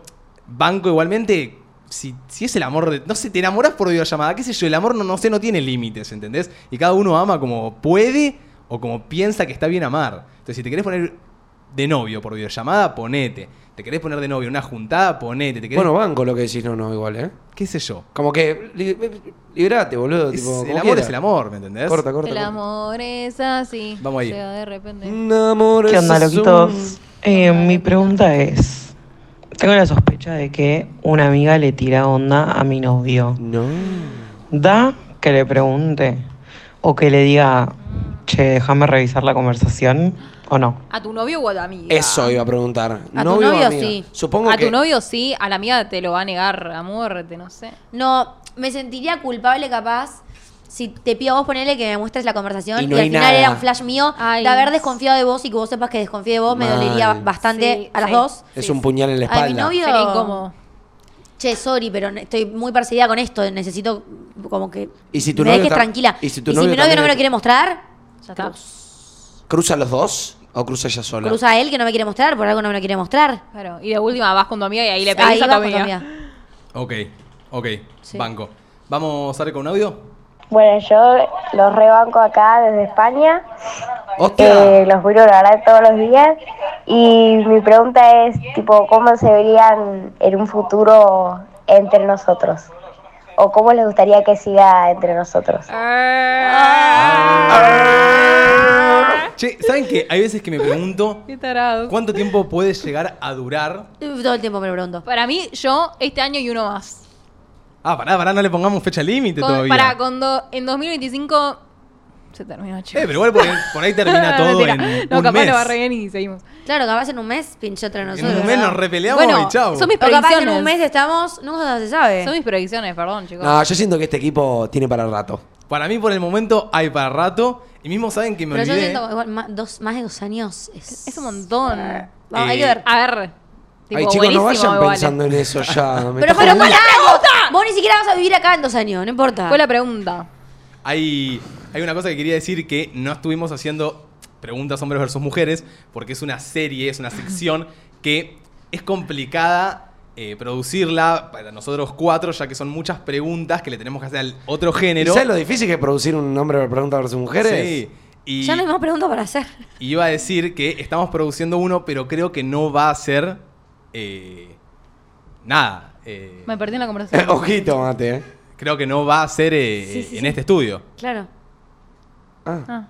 banco igualmente, si, si es el amor de. No sé, te enamoras por videollamada, qué sé yo, el amor no, no sé, no tiene límites, ¿entendés? Y cada uno ama como puede o o como piensa que está bien amar. Entonces, si te querés poner de novio por videollamada, ponete. Te querés poner de novio en una juntada, ponete. Te querés,
Bueno, banco lo que decís, no, no, igual, ¿eh?
qué sé yo.
Como que. li- eh, Liberate, boludo.
Es-
tipo, como
el amor
quiera.
es el amor, ¿me entendés?
Corta, corta. corta.
El amor es así.
Vamos ahí.
Llega de repente.
Un amor
¿Qué
es
onda,
azul.
loquitos? Eh, mi pregunta es: Tengo la sospecha de que una amiga le tira onda a mi novio.
No.
Da que le pregunte o que le diga, che, déjame revisar la conversación o no.
¿A tu novio o a tu amiga?
Eso iba a preguntar.
A tu
¿Novio o
novio
amiga?
sí.
Supongo
a
que.
tu novio sí, a la amiga te lo va a negar a muerte, no sé.
No, me sentiría culpable capaz si te pido a vos ponerle que me muestres la conversación
Y
y,
no hay
al final
nada.
era un flash mío
Ay,
de haber
sí.
desconfiado de vos y que vos sepas que desconfíe de vos
Mal.
me dolería bastante
Sí,
a las
sí.
dos.
Es
Sí,
un
sí.
puñal en la
Ay, mi
espalda.
novio-
Sería incómodo.
Che, sorry, pero ne- estoy muy perseguida con esto, necesito como que
¿Y si tu
me
novio
dejes
ta-
tranquila.
y si tu
mi
novio
novio no
también-
me lo quiere mostrar,
Ya está.
¿Cruza los dos o cruza ella sola?
cruza a él que no me quiere mostrar, por algo no me lo quiere mostrar.
Claro. Y de última vas con tu amiga y ahí le pedís a tu
vas con
amiga.
Ok, ok,
Sí.
banco. ¿Vamos a ver con un audio?
Bueno, yo los rebanco acá desde España.
¡Hostia!
Eh, los miro la verdad todos los días. Y mi pregunta es, tipo, ¿cómo se verían en un futuro entre nosotros? ¿O cómo les gustaría que siga entre nosotros?
Che, ¿saben qué? Hay veces que
[LAUGHS]
me pregunto
Qué tarados.
cuánto tiempo puede llegar a durar.
Eh, Todo el tiempo me lo pregunto.
Para mí, yo, este año y uno más.
Ah, pará, pará, no le pongamos fecha límite
Con-
todavía.
para cuando en 2025 se terminó, chicos.
Eh, pero igual por ahí, por ahí termina todo
Mentira.
en
[LAUGHS] No,
un
capaz
mes.
lo va re bien y seguimos.
Claro, capaz en un mes pinchó entre
en
nosotros.
un mes
¿verdad?
nos repeleamos
bueno,
y chau.
son mis
O capaz en
predicciones.
un mes estamos, nunca se sabe.
Son mis predicciones, perdón, chicos.
No, yo siento que este equipo tiene para rato.
Para mí, por el momento, hay para rato. Y mismo saben que me
Pero yo
olvidé.
siento igual, más, dos, más de dos años es...
Es un montón.
Vamos, hay
Eh,
que ver.
A ver. tipo,
Ay, chicos, no
buenísimo,
vayan
igual.
pensando en eso
[LAUGHS]
ya. Me
Pero,
está
pero,
jodiendo.
¿cuál año? Vos ni siquiera vas a vivir acá en dos años, no importa.
Fue la pregunta.
Hay, hay una cosa que quería decir que no estuvimos haciendo preguntas hombres versus mujeres, porque es una serie, es
[LAUGHS]
una sección que es complicada eh, producirla para nosotros cuatro, ya que son muchas preguntas que le tenemos que hacer al otro
¿Y
género.
¿Sabes lo difícil que es producir un hombre de pregunta versus mujeres?
Sí. Y,
Ya no hay más preguntas para hacer. [LAUGHS]
y iba a decir que estamos produciendo uno, pero creo que no va a ser eh, nada. eh,
Me perdí en
[LAUGHS]
la
[LAUGHS]
conversación.
Ojito, mate. eh.
creo que no va a ser eh,
Sí, sí,
en
sí.
este estudio.
Claro.
Ah,
Ah.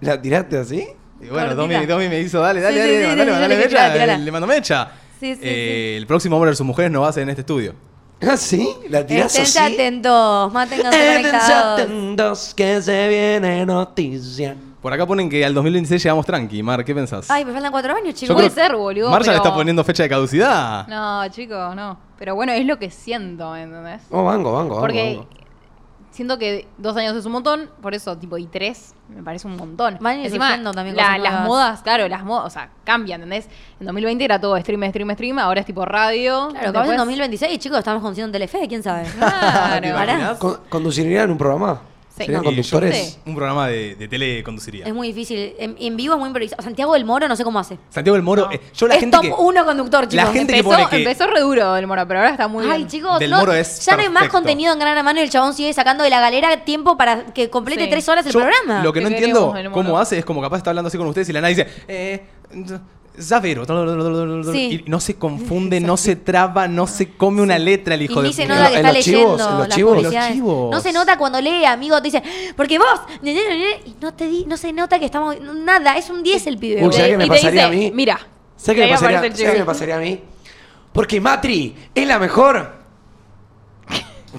¿La tiraste así?
Y bueno,
Cortita.
Domi, Domi me hizo, dale, dale,
Sí,
dale,
sí, sí,
mandale,
sí,
mandale
yo le dije,
mecha, eh,
tirala, tirala.
le mando mecha.
Sí, sí,
Eh, El próximo hombre de sus mujeres no va a ser en este estudio.
¿Ah, sí? ¿La tiraste
Esténse
así?
atentos, manténganse
Esténse
conectados.
atentos que se viene noticia.
Por acá ponen que al 2026 llegamos tranqui, Mar, ¿qué pensás?
Ay, me faltan cuatro años, chicos.
Yo
puede
creo-
ser, boludo.
Mar ya le
pero-
está poniendo fecha de caducidad.
No, chicos, no. Pero bueno, es lo que siento, ¿me entendés?
Oh, banco, banco, banco.
Porque
banco.
siento que dos años es un montón, por eso, tipo, y tres me parece un montón.
Van a ir surgiendo también
la-
cosas
las
nuevas.
modas, claro, las modas, o sea, cambian, ¿entendés? En 2020 era todo stream, stream, stream, ahora es tipo radio.
Claro, capaz en
después-
2026, chicos, estamos conduciendo un Telefe, quién sabe.
Claro.
Pará.
Con- ¿Conducirían un programa?
Sí.
¿Serían
Y
conductores?
Sí.
Un programa de, de tele conduciría.
Es muy difícil. En, en vivo es muy improvisado. Santiago del Moro no sé cómo hace.
Santiago del Moro, eh, yo la
es
gente
top
que...
uno conductor, chicos.
La gente que
Empezó,
pone que...
empezó re duro el moro, pero ahora está muy
Ay,
bien.
chicos,
Del
no,
Moro es
ya no hay más
perfecto.
contenido en Gran Hermano y el chabón sigue sacando de la galera tiempo para que complete
Sí.
tres horas el
Yo
programa.
Lo que no
Te
entiendo
queremos, el mono.
cómo hace es como capaz está hablando así con ustedes y la nada dice, eh, Zavero.
Sí.
Y no se confunde, no se traba, no se come una letra el hijo
y
de
ni se
puta.
nota que
En
está
los
leyendo
chivos, en los
las
chivos.
publicidades.
Los chivos.
No se nota cuando lee, amigo, te dice, porque vos, ne, ne, ne, ne", y no te di, no se nota que estamos nada, es un 10 el pibe.
Uy,
boludo.
¿sabes qué me
y te
pasaría
dice,
a mí?
mira.
¿Sabes qué
Ahí
me pasaría,
aparece el
¿sabes qué me
chico.
pasaría a mí? Porque Matri es la mejor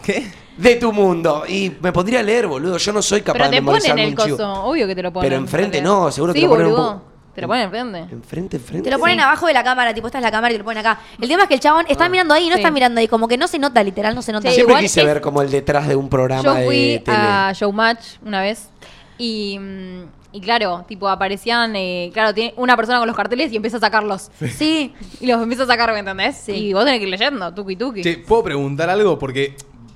¿Qué?
de tu mundo. Y me pondría a leer, boludo. Yo no soy capaz
Pero
de
te ponen
memorizarme
el
un chivo.
coso, obvio que te lo ponen.
Pero enfrente
Porque-
no, seguro
sí,
te lo ponen un
boludo.
poco-
Te lo ponen enfrente.
Enfrente, enfrente.
Te lo ponen
Sí.
abajo de la cámara, tipo, esta es la cámara y te lo ponen acá. El tema es que el chabón está mirando ahí y no
Ah. Sí.
está mirando ahí, como que no se nota, literal, no se nota.
Sí,
Siempre
igual
quise
es-
ver como el detrás de un programa
Yo
de
fui
tele.
a Showmatch una vez y, mm, y claro, tipo aparecían, eh, claro, tiene una persona con los carteles y empieza a sacarlos. Sí. Y los empieza a sacar, ¿me entendés? Y vos tenés que ir leyendo, tuki tuki.
Che, ¿puedo preguntar algo? Porque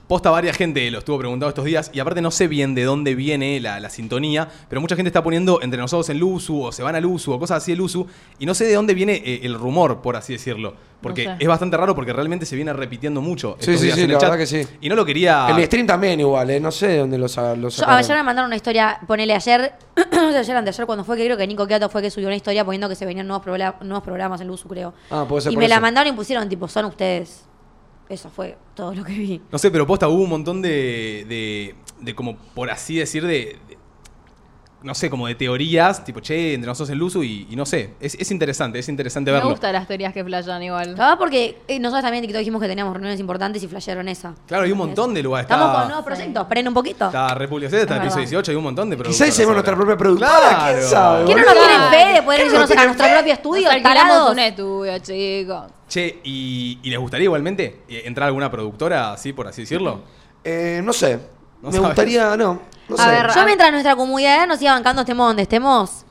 Posta varias gente lo estuvo preguntando estos días y aparte no sé bien de dónde viene la, la sintonía, pero mucha gente está poniendo entre nosotros en Luzu o se van a Luzu o cosas así de Luzu y no sé de dónde viene eh, el rumor, por así decirlo. Porque
No sé.
es bastante raro porque realmente se viene repitiendo mucho.
Sí,
estos
sí,
días
sí,
en el
la
chat.
verdad que sí.
Y no lo quería.
El stream también igual, ¿eh? No sé de dónde los sa- los
Yo,
sacaron.
ayer me mandaron una historia, ponele ayer, [CLEARS THROAT] no sé, ayer antes, ayer cuando fue, que creo que Nico Quiato fue que subió una historia poniendo que se venían nuevos, prola- nuevos programas en Luzu, creo.
Ah, puede ser
y
por
me la
eso.
mandaron y pusieron, tipo, son ustedes. Eso fue todo lo que vi.
No sé, pero posta hubo un montón de. de, de como por así decir, de, de- No sé, como de teorías, tipo, che, entre nosotros en Luzu y, y no sé. Es, es interesante, es interesante
Me
verlo.
gustan las teorías que flashan igual.
La verdad porque eh, nosotros también en TikTok dijimos que teníamos reuniones importantes y flashearon esa.
Claro, hay un montón de lugares.
Estamos
está,
con nuevos proyectos, paren un poquito.
Está República Z, está
Es
el piso
verdad.
18, hay un montón de
Quizás
productoras
hicimos
ahora.
nuestra propia productora,
Claro.
quién sabe.
¿Qué no
boludo?
nos tienen fe de poder irnos a nuestro propio estudio,
Nos alquilamos
tarados?
un estudio, chicos.
Che, y, y les gustaría igualmente eh, entrar a alguna productora, así por así decirlo?
Eh, no sé.
No
me
sabes.
gustaría, no. No
A
sé.
ver,
Yo mientras nuestra comunidad nos siga bancando estemos donde estemos.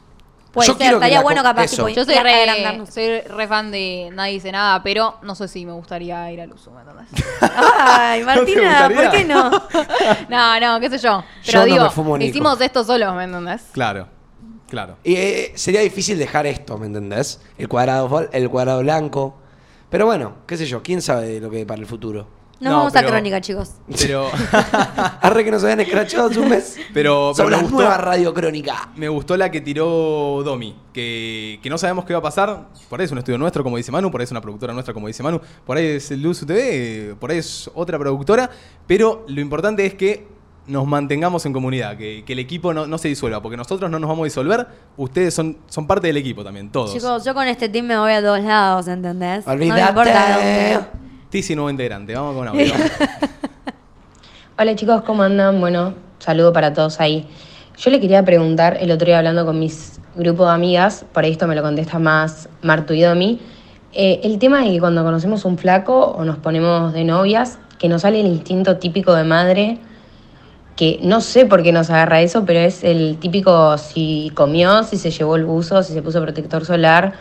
Puede
Yo
ser,
quiero que
estaría
la
bueno
co-
capaz
eso.
tipo,
Yo soy
ir a
re, [LAUGHS]
agrandarnos.
soy re fan de Nadie dice nada, pero no sé si me gustaría ir a Luzu, ¿me entendés? [LAUGHS]
[LAUGHS] Ay, Martina,
gustaría?
¿por qué [LAUGHS] no?
no, no, qué sé yo.
Yo
Pero
no
digo,
me fumo, Nico.
hicimos esto solos, ¿me entendés?
Claro, claro.
Y, eh, sería difícil dejar esto, ¿me entendés? El cuadrado, bol- el cuadrado blanco. Pero bueno, qué sé yo, quién sabe de lo que hay para el futuro. [LAUGHS]
Nos
No,
vamos
pero-
a crónica, chicos. [LAUGHS]
Pero,
Arre que nos habían escrachado hace un mes.
pero, pero
Son
me,
las
gustó,
nuevas Radio Crónica.
me gustó la que tiró Domi, que, que no sabemos qué va a pasar. Por ahí es un estudio nuestro, como dice Manu, por ahí es una productora nuestra, como dice Manu, por ahí es Luz TV, eh, por ahí es otra productora. Pero lo importante es que nos mantengamos en comunidad, que, que el equipo no, no se disuelva, porque nosotros no nos vamos a disolver, ustedes son, son parte del equipo también, todos.
Chicos, yo con este team me voy a todos lados, ¿entendés? No me
Olvídate.
importa dónde.
Tizi, nuevo integrante, vamos con
[LAUGHS]
audio.
Hola chicos, ¿cómo andan? Bueno, saludo para todos ahí. Yo le quería preguntar, el otro día hablando con mis grupo de amigas, por ahí esto me lo contesta más Martu y Domi, eh, el tema de que cuando conocemos un flaco o nos ponemos de novias, que nos sale el instinto típico de madre, que no sé por qué nos agarra eso, pero es el típico si comió, si se llevó el buzo, si se puso protector solar,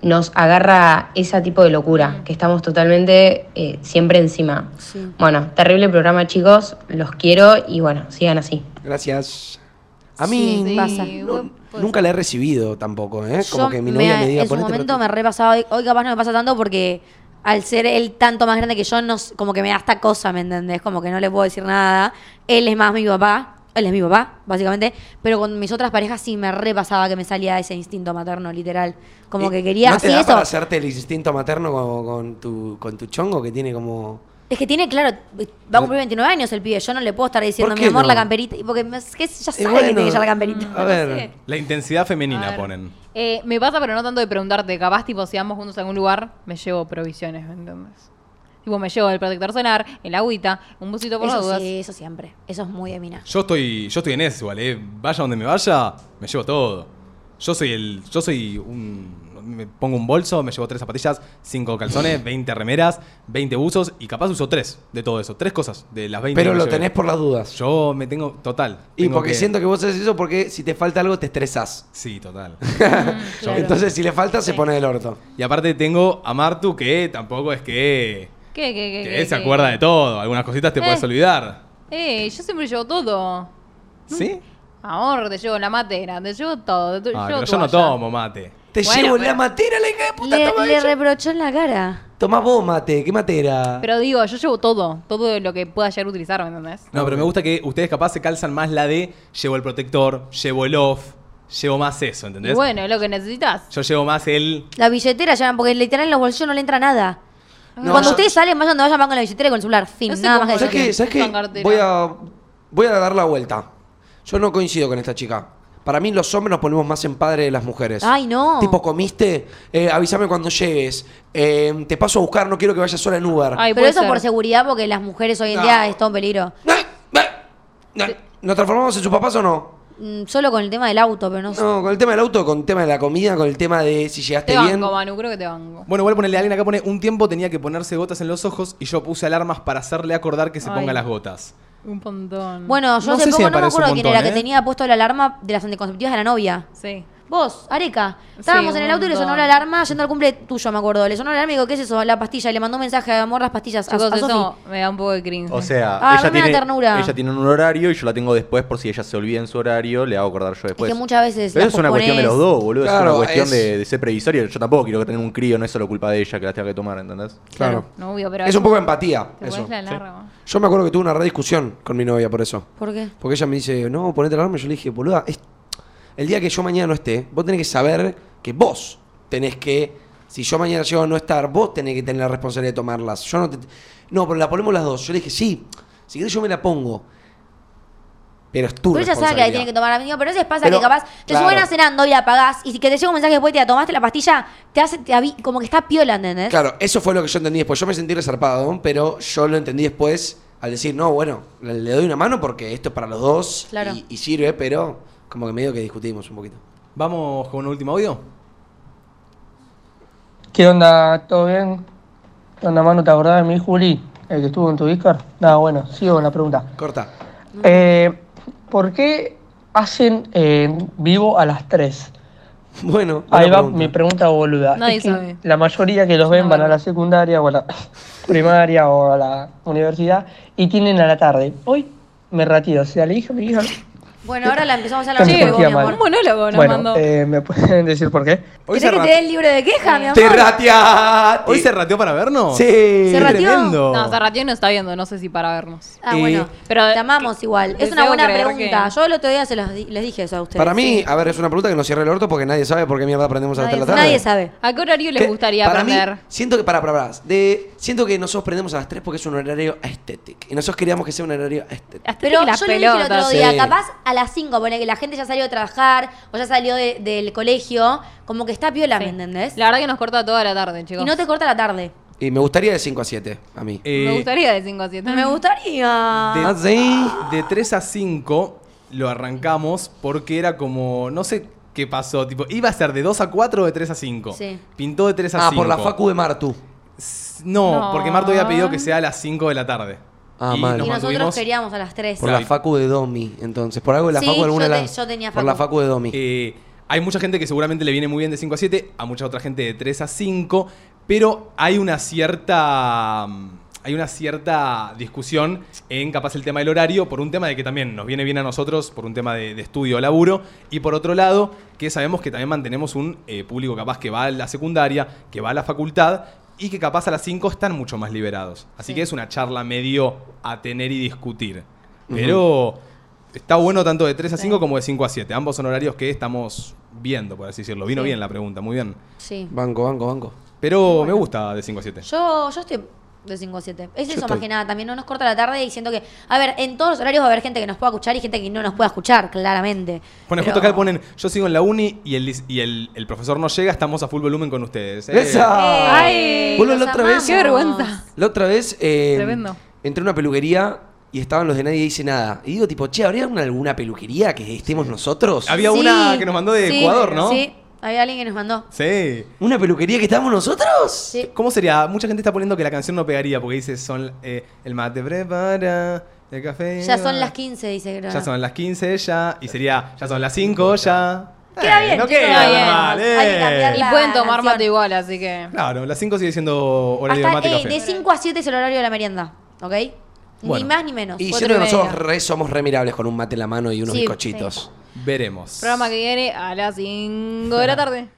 nos agarra ese tipo de locura, que estamos totalmente eh, siempre encima. Bueno, terrible programa chicos, los quiero y bueno, sigan así.
Gracias. A mí
Sí,
no-
pasa.
no- nunca la he recibido tampoco, ¿eh? Como
Yo
que mi novia me, diga
en su
"Ponete
momento
protector".
me repasaba, hoy, hoy capaz no me pasa tanto porque al ser él tanto más grande que yo, no, s- como que me da esta cosa, ¿me entendés? Como que no le puedo decir nada. Él es más mi papá, él es mi papá, básicamente, pero con mis otras parejas sí me repasaba que me salía ese instinto materno, literal. Como
Y-
que quería
¿No te
así
da
eso.
para hacerte el instinto materno con, con tu, con tu chongo que tiene como...
Es que tiene, claro, va a cumplir 29 años el pibe, yo no le puedo estar diciendo,
¿Por
mi
qué
amor,
no?
la camperita, y porque me- es que ya
Eh,
sabe que
bueno, Mm.
tiene que llevar la camperita.
A
[LAUGHS]
ver,
La intensidad
A
femenina
ver.
ponen.
Eh, me pasa, pero no tanto de preguntarte. Capaz, tipo, si vamos juntos a algún lugar, me llevo provisiones, ¿me entiendes? Tipo, me llevo el protector solar, el agüita, un busito por las
Eso
dudas.
sí, eso siempre. Eso es muy de mina.
Yo estoy, yo estoy en eso igual, eh. Vaya donde me vaya, me llevo todo. Yo soy el. Yo soy un. Me pongo un bolso, me llevo tres zapatillas, cinco
[LAUGHS]
calzones, 20 remeras, 20 buzos y capaz uso tres de todo eso. Tres cosas de las 20
pero
que me
lo
llevé.
tenés por las dudas.
Yo me tengo. Total.
Y
tengo
porque
que-
siento que vos haces eso porque si te falta algo te estresás.
Sí, total.
Claro.
Entonces si le falta se pone del orto.
y aparte tengo a Martu que tampoco es que.
¿Qué, qué, qué?
que
qué, qué?
se acuerda de todo. Algunas cositas te
Eh.
puedes olvidar.
Eh, yo siempre llevo todo.
¿Sí?
Amor, te llevo la matera, te llevo todo. Te
Ah,
llevo
pero yo no
toalla.
tomo mate.
Te
Bueno,
llevo la
pero-
matera, la hija de puta.
Le,
toma
le
ella.
reprochó en la cara.
Tomá vos mate, ¿qué matera?
Pero digo, yo llevo todo, todo lo que pueda llegar a utilizar, ¿me entendés?
No, pero me gusta que ustedes capaz se calzan más la de llevo el protector, llevo el off, llevo más eso,
Y
¿entendés?
bueno, es lo que necesitas.
Yo llevo más el...
La billetera llevan, porque literal en los bolsillos no le entra nada.
No,
Cuando
yo-
ustedes salen, vayan donde vayan, van con la billetera y con el celular. Fin,
No sé
nada más
cómo
que
lo
¿Sabes qué?
decir.
¿Sabes
Porque
qué?
usan cartera.
Voy a, voy a dar la vuelta. Yo no coincido con esta chica. Para mí los hombres nos ponemos más en padre de las mujeres.
Ay, no.
Tipo, ¿comiste? Eh, avísame cuando llegues. Eh, te paso a buscar, no quiero que vayas sola en Uber.
Ay,
Pero
puede
eso
ser.
por seguridad, porque las mujeres hoy en
No.
día es todo un peligro.
No, no, no. ¿Nos transformamos en sus papás o no?
Mm, Solo con el tema del auto, pero no, sé.
No, con el tema del auto, con el tema de la comida, con el tema de si llegaste
Te
bien.
banco, Manu, creo que te banco.
Bueno, igual ponerle a alguien acá pone, un tiempo tenía que ponerse gotas en los ojos y yo puse alarmas para hacerle acordar que se
Ay.
ponga las gotas.
Un montón.
Bueno, yo
No
hace
sé si
poco
me
no me
parece un
acuerdo quién
montón,
era que
¿eh?
tenía puesto la alarma de las anticonceptivas de la novia.
Sí.
Vos, Areca, estábamos
Sí,
en el
un
auto y le sonó
montón.
la alarma yendo al cumple tuyo, me acuerdo. Le sonó la alarma y digo, ¿qué es eso? La pastilla. Y le mandó un mensaje a Morras Pastillas a,
Chicos,
a
eso
Sofi.
me da un poco de cringe.
O sea,
Ah,
ella,
dame una
tiene,
ternura.
ella tiene un horario y yo la tengo después por si ella se olvida en su horario, le hago acordar yo después.
que muchas veces
Pues, Pero
las
eso es una cuestión de los
posponés.
dos, boludo. es
Claro,
una cuestión
es-
De, de ser previsorio. Yo tampoco quiero tener un crío, no es solo culpa de ella que la tenga que tomar, ¿entendés?
Claro.
No, obvio, pero
Es un poco de empatía.
Te
Eso.
pones la larga.
Yo me acuerdo que tuve una rediscusión con mi novia por eso.
¿Por qué?
Porque ella me dice, no, ponete la alarma. Yo le dije, boluda, es- el día que yo mañana no esté, vos tenés que saber que vos tenés que. Si yo mañana llego a no estar, vos tenés que tener la responsabilidad de tomarlas. Yo no te. No, pero la ponemos las dos. Yo le dije, sí, si querés yo me la pongo. Pero es tu
Pero ella sabe que la
responsabilidad.
tiene que tomar la medida, pero a veces pasa
Pero,
que capaz te
claro.
suben a cenando y la apagás y si que te llega un mensaje después y te la tomaste la pastilla, te hace te avi- como que está piola, ¿entendés?
Claro, eso fue lo que yo entendí después. Yo me sentí resarpado, pero yo lo entendí después al decir, no, bueno, le, le doy una mano porque esto es para los dos
Claro.
y, y sirve, pero como que medio que discutimos un poquito.
Vamos con un último audio.
¿Qué onda? ¿Todo bien? ¿Qué onda, mano? ¿Te acordás de mi Juli? El que estuvo en tu Discord. Nada, bueno, sigo con la pregunta.
Corta.
Eh, ¿Por qué hacen eh, vivo a las 3?
Bueno,
Ahí
buena
va
pregunta.
mi pregunta boluda.
Nadie
Es que
sabe.
La mayoría que los ven
No,
van a
bueno.
la secundaria o a la [LAUGHS] primaria o a la universidad y tienen a la tarde. Hoy me rateo, o sea, le dije a
[LAUGHS]
mi hija...
Bueno, ahora la empezamos
Ya
a hablar
me
Che,
sentía
mi
mal.
un
amor.
monólogo nos
bueno,
mandó.
eh, ¿me pueden decir por qué?
Hoy se,
¿Querés que
ra-
te dé el libro de queja, mi amor?
¡Te rateaste!
hoy se rateó para vernos.
Sí.
eh,
¿Se rateó?
Tremendo.
No, Zarratión no está viendo, no sé si para vernos.
Ah,
Eh,
bueno.
pero-
te amamos igual. Es
Deseo
una buena
creer
pregunta.
que-
Yo el otro día se los di- les dije eso a ustedes.
Para mí, a ver, es una pregunta que nos cierra el orto porque nadie sabe por qué mierda aprendemos a
nadie,
ratear la tarde.
nadie sabe.
¿A qué horario les
Que-
gustaría
para
aprender?
Mí, siento que, para, para, para, de, siento que nosotros prendemos a las 3 porque es un horario estético. Y nosotros queríamos que sea un horario estético.
Hasta
Pero
que las
yo le dije el
pelotas.
otro día,
Sí.
capaz a las 5, pone que la gente ya salió de trabajar o ya salió de- del colegio, como que está piola,
Sí.
¿me entendés?
La verdad que nos corta toda la tarde, chicos.
Y no te corta la tarde.
Y me gustaría de 5 a 7, a mí.
Eh,
Me gustaría de 5 a 7.
Me gustaría.
De,
Ah, sí.
de 3 a 5 lo arrancamos porque era como, no sé qué pasó, tipo, iba a ser de 2 a 4 o de 3 a 5.
Sí.
Pintó de 3 a
Ah,
5.
por la facu de Martu.
No,
No.
porque Marto había pedido que sea a las 5 de la tarde.
Ah,
y
mal.
nos
Y
mantuvimos,
nosotros queríamos a las 3.
Por la facu de Domi, entonces. Por algo de la
Sí,
facu de alguna
yo
de
te-
las-
yo tenía
Por la
facu.
facu de Domi.
eh, hay mucha gente que seguramente le viene muy bien de 5 a 7, a mucha otra gente de 3 a 5, pero hay una cierta... mm, Hay una cierta discusión en capaz el tema del horario, por un tema de que también nos viene bien a nosotros, por un tema de, de estudio, laburo, y por otro lado, que sabemos que también mantenemos un eh, público capaz que va a la secundaria, que va a la facultad, y que capaz a las 5 están mucho más liberados. Así que es una charla medio a tener y discutir. Pero Está bueno tanto de 3 a 5 como de 5 a 7. Ambos son horarios que estamos viendo, por así decirlo. Vino
Sí.
bien la pregunta, muy bien.
Sí.
Banco, banco, banco.
Pero me gusta de 5 a 7.
Yo, yo estoy de 5 a 7. Es eso
estoy.
más que nada. También no nos corta la tarde y siento que. A ver, en todos los horarios va a haber gente que nos pueda escuchar y gente que no nos pueda escuchar, claramente.
Bueno, justo acá ponen, yo sigo en la uni y el, lis- y el, el profesor no llega, estamos a full volumen con ustedes. ¿eh?
¡Esa!
¡Ay!
Boludo,
los
la otra vez-
¡Qué vergüenza!
La otra vez eh,
Tremendo.
entré a una peluquería y estaban los de nadie dice nada. Y digo, tipo, che, ¿habría una- alguna peluquería que estemos nosotros?
Había
Sí.
una que nos mandó de
Sí,
Ecuador, ¿no?
Sí, había alguien que nos mandó.
Sí.
¿Una peluquería que estamos nosotros?
Sí.
¿Cómo sería? Mucha gente está poniendo que la canción no pegaría porque dice son eh, el mate prepara, el café.
Ya son
va.
las 15, dice Grona.
Eh, Ya son las 15 ya. Y sería, ya son las 5 ya.
Queda
Eh,
bien,
no
chicos,
queda
queda bien.
mal,
Hay que
eh.
cambiarla.
Y pueden tomar
canción.
mate igual, así que.
Claro, las 5 sigue siendo horario
Hasta,
de mate y
eh,
café.
de 5 a 7 es el horario de la merienda, ¿ok?
Bueno.
Ni más ni menos.
Y
Cuatro
siento que
y media.
nosotros re- somos re mirables con un mate en la mano y unos
Sí,
bizcochitos.
Veremos.
Programa que viene a las 5 de la tarde.